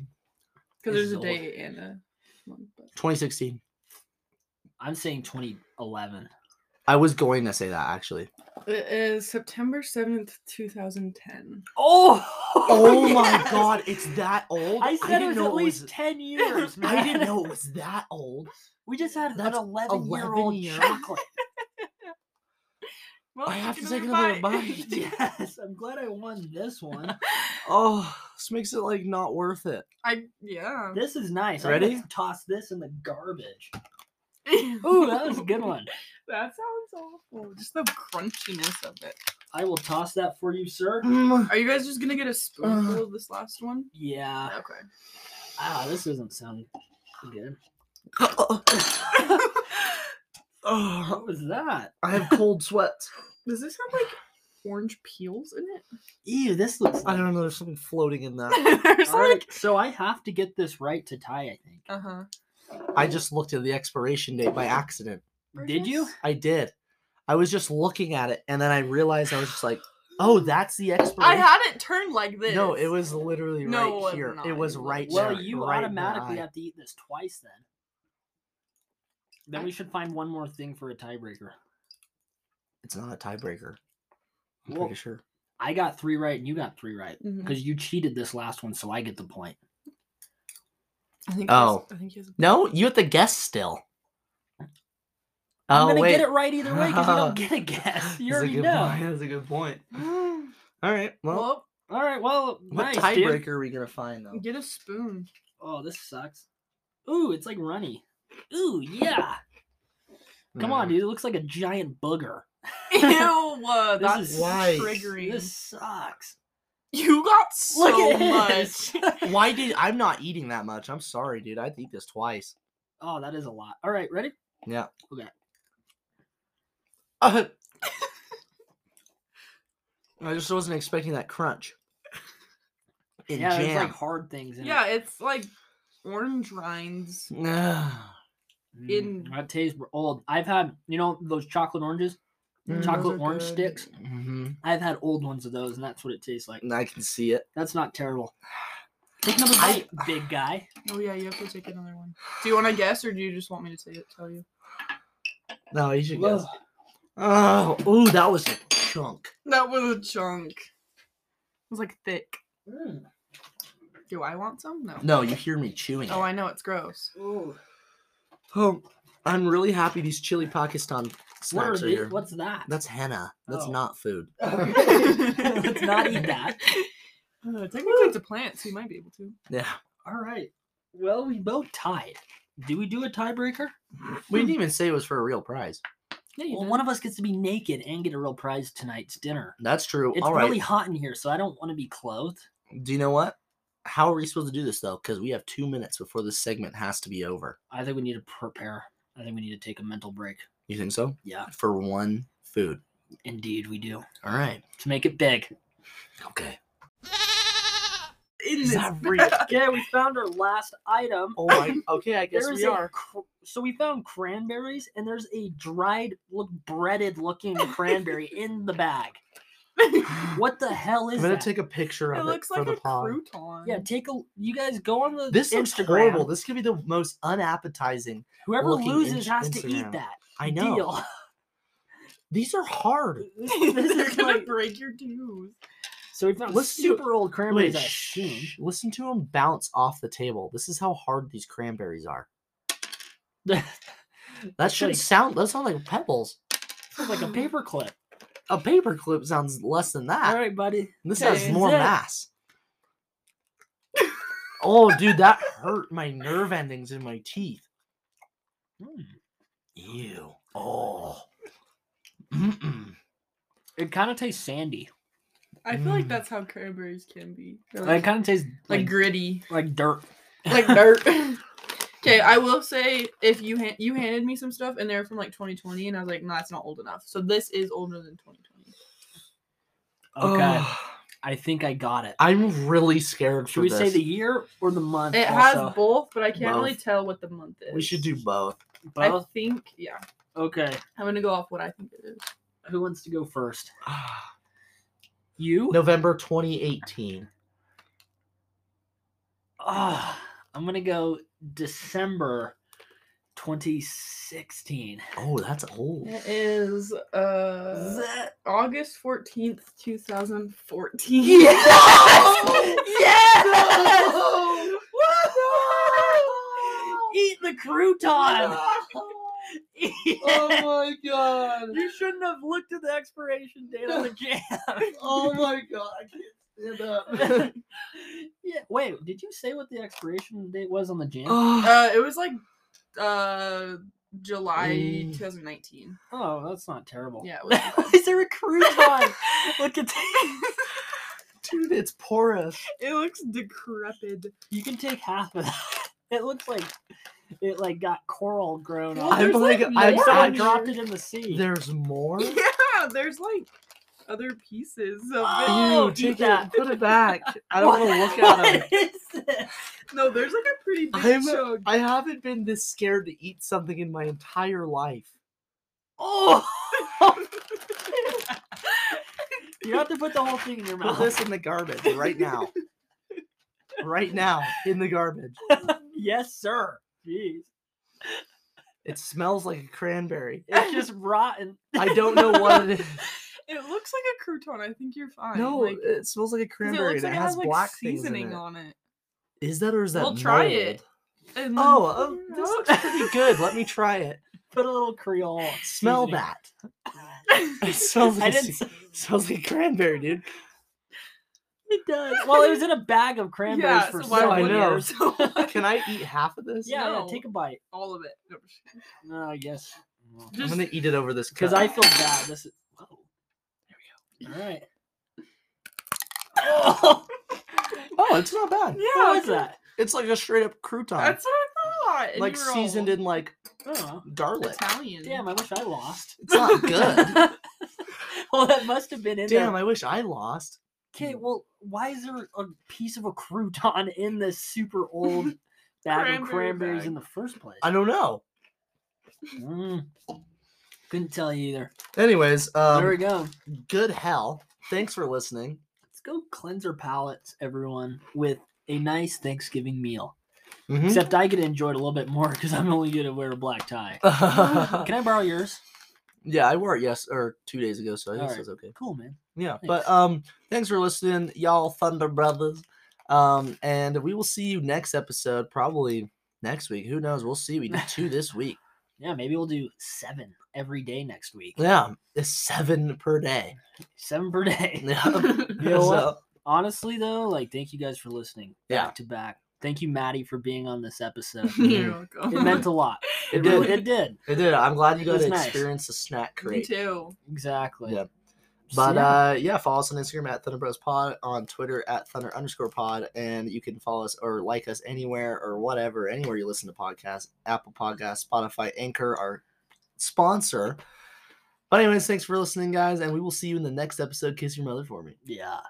S2: This
S3: because there's a
S2: is old.
S3: day and a month. But
S1: 2016.
S2: I'm saying 2011.
S1: I was going to say that actually.
S3: it is September seventh, two thousand ten.
S2: Oh!
S1: Oh my
S3: Yes.
S1: god, it's that old.
S2: I said it
S1: didn't
S2: was
S1: know
S2: at least 10 years, man.
S1: I didn't know it was that old.
S2: We just had an
S1: That's
S2: 11 year
S1: 11
S2: old
S1: years.
S2: chocolate.
S3: Well,
S1: I have to take another bite.
S2: yes, I'm glad I won this one.
S1: Oh, this makes it like not worth it.
S3: I yeah.
S2: This is nice. I'm
S1: Ready?
S2: gonna toss this in the garbage. Ooh, that was a good one.
S3: That sounds awful. Just the crunchiness of it.
S2: I will toss that for you, sir.
S3: Are you guys just gonna get a spoonful of this last one?
S2: Yeah.
S3: Okay.
S2: Ah, this doesn't sound good.
S1: Oh,
S2: What was that?
S1: I have cold sweats.
S3: Does this have like orange peels in it?
S2: Ew, this looks.
S1: I
S2: Like...
S1: don't know. There's something floating in that.
S3: There's
S2: All right, so I have to get this right to tie. I think.
S3: Uh huh.
S1: I just looked at the expiration date by accident.
S2: Did you?
S1: I did. I was just looking at it, and then I realized I was just like, "Oh, that's the expiration."
S3: I had it turned like this.
S1: No, it was literally
S3: No, it
S1: right
S3: was
S1: here.
S3: not.
S1: It was
S3: It was-
S1: right.
S2: Well,
S1: there,
S2: you
S1: right in the
S2: automatically
S1: eye.
S2: have to eat this twice then. Then we should find one more thing for a tiebreaker.
S1: It's not a tiebreaker. I'm
S2: Well-
S1: pretty sure.
S2: I got three right and you got three right
S3: Mhm.
S2: because you cheated this last one, so I get the point.
S3: I think he has-
S1: Oh.
S3: I think he has.
S1: No, you have to guess still.
S2: I'm
S1: Oh
S2: gonna
S1: wait,
S2: get it right either way because you don't get a guess.
S1: That's a
S2: You already
S1: good
S2: know.
S1: Point. That's a good point.
S3: Well,
S1: All right. Well,
S2: All right, well,
S1: what
S2: nice,
S1: tiebreaker
S2: dude.
S1: are we gonna find though?
S3: get a spoon.
S2: Oh, this sucks. Ooh, it's like runny. Ooh, yeah. Come on,
S1: Mm.
S2: dude. It looks like a giant booger.
S3: Ew, uh,
S2: This
S3: that's
S2: is
S1: why-
S3: triggering.
S2: This sucks.
S3: You got so
S2: Look at
S3: much.
S2: this.
S1: Why did I'm not eating that much? I'm sorry, dude. I'd eat this twice.
S2: oh, that is a lot. All right, ready?
S1: Yeah.
S2: Okay. Uh-huh.
S1: I just wasn't expecting that crunch. In
S2: yeah, there's like
S1: jam.
S2: hard things in
S3: Yeah,
S2: it.
S3: it's like orange rinds.
S1: Mm.
S3: in-
S2: that tastes Mm, br- old. I've had, you know, those chocolate oranges.
S1: Mm,
S3: Mm,
S2: Chocolate orange sticks?
S1: hmm
S2: I've had old ones of those, and that's what it tastes like.
S1: I can see it.
S2: That's not terrible. Take another
S1: I-
S2: bite, big guy.
S3: Oh yeah, you have to take another one. Do you want to guess, or do you just want me to say it? Tell you.
S1: No, you should guess.
S2: Ugh.
S1: Oh, ooh, that was a chunk.
S3: That was a chunk. It was like thick.
S2: Mm.
S3: Do I want some? No.
S1: No, you hear me chewing.
S3: Oh,
S1: it.
S3: I know it's gross.
S2: Ooh.
S1: oh, I'm really happy these chili Pakistan
S2: What are
S1: snacks are,
S2: these?
S1: here.
S2: What's that?
S1: That's henna. That's
S2: Oh.
S1: not food.
S2: Okay. Let's not eat that.
S3: Uh, technically, it's a plant, so you might be able to.
S1: Yeah.
S2: All right. Well, we both tied. Do we do a tiebreaker?
S1: We
S2: Hmm.
S1: didn't even say it was for a real prize.
S3: Yeah,
S2: Well, one of us gets to be naked and get a real prize tonight's dinner.
S1: That's true.
S2: It's
S1: All right.
S2: really hot in here, so I don't want to be clothed.
S1: Do you know what? How are we supposed to do this though? Because we have two minutes before this segment has to be over.
S2: I think we need to prepare. I think we need to take a mental break.
S1: You think so?
S2: Yeah,
S1: For one food.
S2: indeed, we do.
S1: All right.
S2: To make it big.
S1: Okay.
S3: in
S1: Is
S3: this
S1: that real?
S2: Okay, we found our last item.
S1: Oh my. Okay, I guess
S2: There's
S1: we
S2: a
S1: are.
S2: cr- so we found cranberries, and there's a dried, look breaded looking cranberry in the bag. What the hell is
S1: I'm gonna
S2: that?
S1: take a picture
S3: it
S1: of it,
S3: looks
S1: for
S3: like
S1: the
S3: a
S1: pod.
S3: crouton.
S2: yeah, take a. You guys go on the
S1: This looks
S2: Instagram.
S1: horrible. This could be the most unappetizing.
S2: Whoever
S1: looking
S2: loses
S1: Inst-
S2: has to
S1: Instagram.
S2: eat that.
S1: I know
S2: Deal.
S1: these are hard.
S2: this
S3: They're
S2: is
S3: gonna
S2: like,
S3: break your tooth.
S2: so we found
S1: Let's do-
S2: super old cranberries.
S1: Wait,
S2: I assume.
S1: shh. listen to them bounce off the table. This is how hard these cranberries are.
S2: that
S1: That should
S2: like-
S1: sound. That sounds like pebbles.
S2: sounds like a paperclip.
S1: A paperclip sounds less than that.
S2: All right, buddy.
S1: This
S3: Okay,
S1: has
S3: is
S1: more
S2: it?
S1: mass. oh, dude, that hurt my nerve endings in my teeth. Hmm. Ew. Oh. Mm-mm.
S2: It kind of tastes sandy.
S3: I feel like
S1: Mm.
S3: that's how cranberries can be. They're
S2: It
S3: like,
S2: kind of tastes
S3: like
S2: like
S3: gritty,
S2: like dirt.
S3: like dirt. Okay, I will say if you ha- you handed me some stuff and they're from like 2020, and I was like, no, that's not old enough. So this is older than 2020.
S2: Okay,
S1: Ugh.
S2: I think I got it.
S1: I'm really scared
S2: Should
S1: for
S2: we
S1: this.
S2: say the year or the month?
S3: It
S2: also?
S3: has both, but I can't really
S1: Both.
S3: tell what the month is.
S1: we should do both.
S3: I
S2: both.
S3: think, yeah.
S2: Okay,
S3: I'm gonna go off what I think it is.
S2: who wants to go first? You.
S1: November 2018.
S2: Ah, I'm gonna go December 2016.
S1: Oh, that's old.
S3: It is uh
S2: That-
S3: August 14th, 2014.
S2: Yes! Eat the crouton. Yes!
S1: Oh my god.
S2: You shouldn't have looked at the expiration date on the jam.
S1: Oh my god. I can't stand up.
S2: yeah. Wait, did you say what the expiration date was on the jam? Oh,
S1: oh,
S3: Uh, it was like uh July
S1: Mm.
S3: 2019.
S2: Oh, that's not terrible.
S3: Yeah, it wasn't
S2: Why is there a crouton? Look at that.
S1: dude, it's porous.
S3: It looks decrepit.
S2: You can take half of that. It looks like it like got coral grown
S3: Well,
S2: on.
S1: I'm
S2: it.
S3: there's,
S1: like, I'm
S2: Like
S3: more
S2: someone
S1: not
S3: in
S2: dropped
S3: there.
S2: it in the sea.
S1: There's more?
S3: Yeah, there's like other pieces of
S2: Oh,
S1: Ew,
S2: eat
S1: take
S2: that.
S1: it. Put it back. I don't want to look at it.
S2: What is this?
S3: it. No, there's like a pretty big
S1: I'm-
S3: chunk.
S1: I haven't been this scared to eat something in my entire life.
S2: Oh! you have to put the whole thing in your
S1: Put
S2: mouth.
S1: this in the garbage right now. right now, in the garbage.
S2: yes, sir. Jeez.
S1: It smells like a cranberry.
S2: It's just rotten.
S1: I don't know what it is.
S3: It looks like a crouton. I think you're fine.
S1: No,
S3: like, 'cause
S1: it smells like a
S3: it
S1: cranberry.
S3: looks
S1: and
S3: like
S1: it has,
S3: like
S1: black things
S3: seasoning
S1: in it.
S3: on it.
S1: Is that or is that?
S3: We'll try
S1: mold?
S3: it. And then-
S1: Oh, um, this
S3: Oh.
S1: looks pretty good. Let me try it.
S2: Put a little Creole.
S1: Smell
S2: seasoning.
S1: that. It smells
S2: I
S1: like,
S2: didn't.
S1: se- smells like cranberry, dude.
S2: It does. Well, it was in a bag of cranberries
S3: Yeah,
S2: for
S3: so
S1: why
S2: several
S1: would- I know.
S2: years.
S1: Can I eat half of this?
S2: yeah,
S3: No.
S2: yeah, take a bite.
S3: all of it. No, I'm just kidding.
S2: No, I guess.
S1: I'm
S3: Just-
S1: gonna eat it over this
S2: Because
S1: cup.
S2: I feel bad. This is. Whoa. There we go. All right. Oh,
S1: Oh, it's not bad.
S3: Yeah,
S2: what was
S3: okay.
S2: that?
S1: It's like a straight up crouton,
S3: That's what I thought. and
S1: like
S3: you were all
S1: seasoned in like
S2: Oh,
S1: garlic.
S3: Italian.
S2: damn! I wish I lost.
S1: It's not good.
S2: well, that must have been in there.
S1: Damn, I wish I lost.
S2: Okay, well, why is there a piece of a crouton in this super old bag of
S3: Cranberry
S2: cranberries
S3: bag.
S2: in the first place?
S1: I don't know.
S2: Mm. Couldn't tell you either.
S1: Anyways,
S2: there we
S1: um,
S2: go.
S1: good hell. Thanks for listening.
S2: Let's go cleanse our palates, everyone, with a nice Thanksgiving meal.
S1: Mhm.
S2: Except I get to enjoy it a little bit more because I'm only going to wear a black tie. Can I borrow yours?
S1: yeah, I wore it yes or two days ago, so I guess
S2: Alright.
S1: that's okay.
S2: Cool, man.
S1: Yeah,
S2: Thanks.
S1: but um, thanks for listening, y'all, Thunder Brothers. Um, and we will see you next episode, probably next week. Who knows? We'll see. We did two this week.
S2: Yeah, maybe we'll do seven every day next week.
S1: Yeah, it's seven per day.
S2: Seven per day.
S1: Yeah.
S2: You know what?
S1: So,
S2: honestly though like thank you guys for listening back
S1: Yeah.
S2: to back thank you maddie for being on this episode
S1: Mhm.
S3: You're welcome.
S2: it meant a lot
S1: It
S2: it,
S1: did.
S2: really, it did
S1: it did. I'm glad you
S2: It
S1: got
S2: was
S1: to
S2: nice.
S1: experience the snack
S3: Me
S1: crate.
S3: too.
S2: exactly
S1: Yeah.
S2: So,
S1: But
S2: yeah.
S1: uh, yeah, follow us on Instagram at Thunder Bros Pod, on Twitter at Thunder underscore Pod, and you can follow us or like us anywhere or whatever, anywhere you listen to podcasts, Apple Podcasts, Spotify, Anchor, our sponsor. But anyways, thanks for listening, guys, and we will see you in the next episode. Kiss your mother for me.
S2: yeah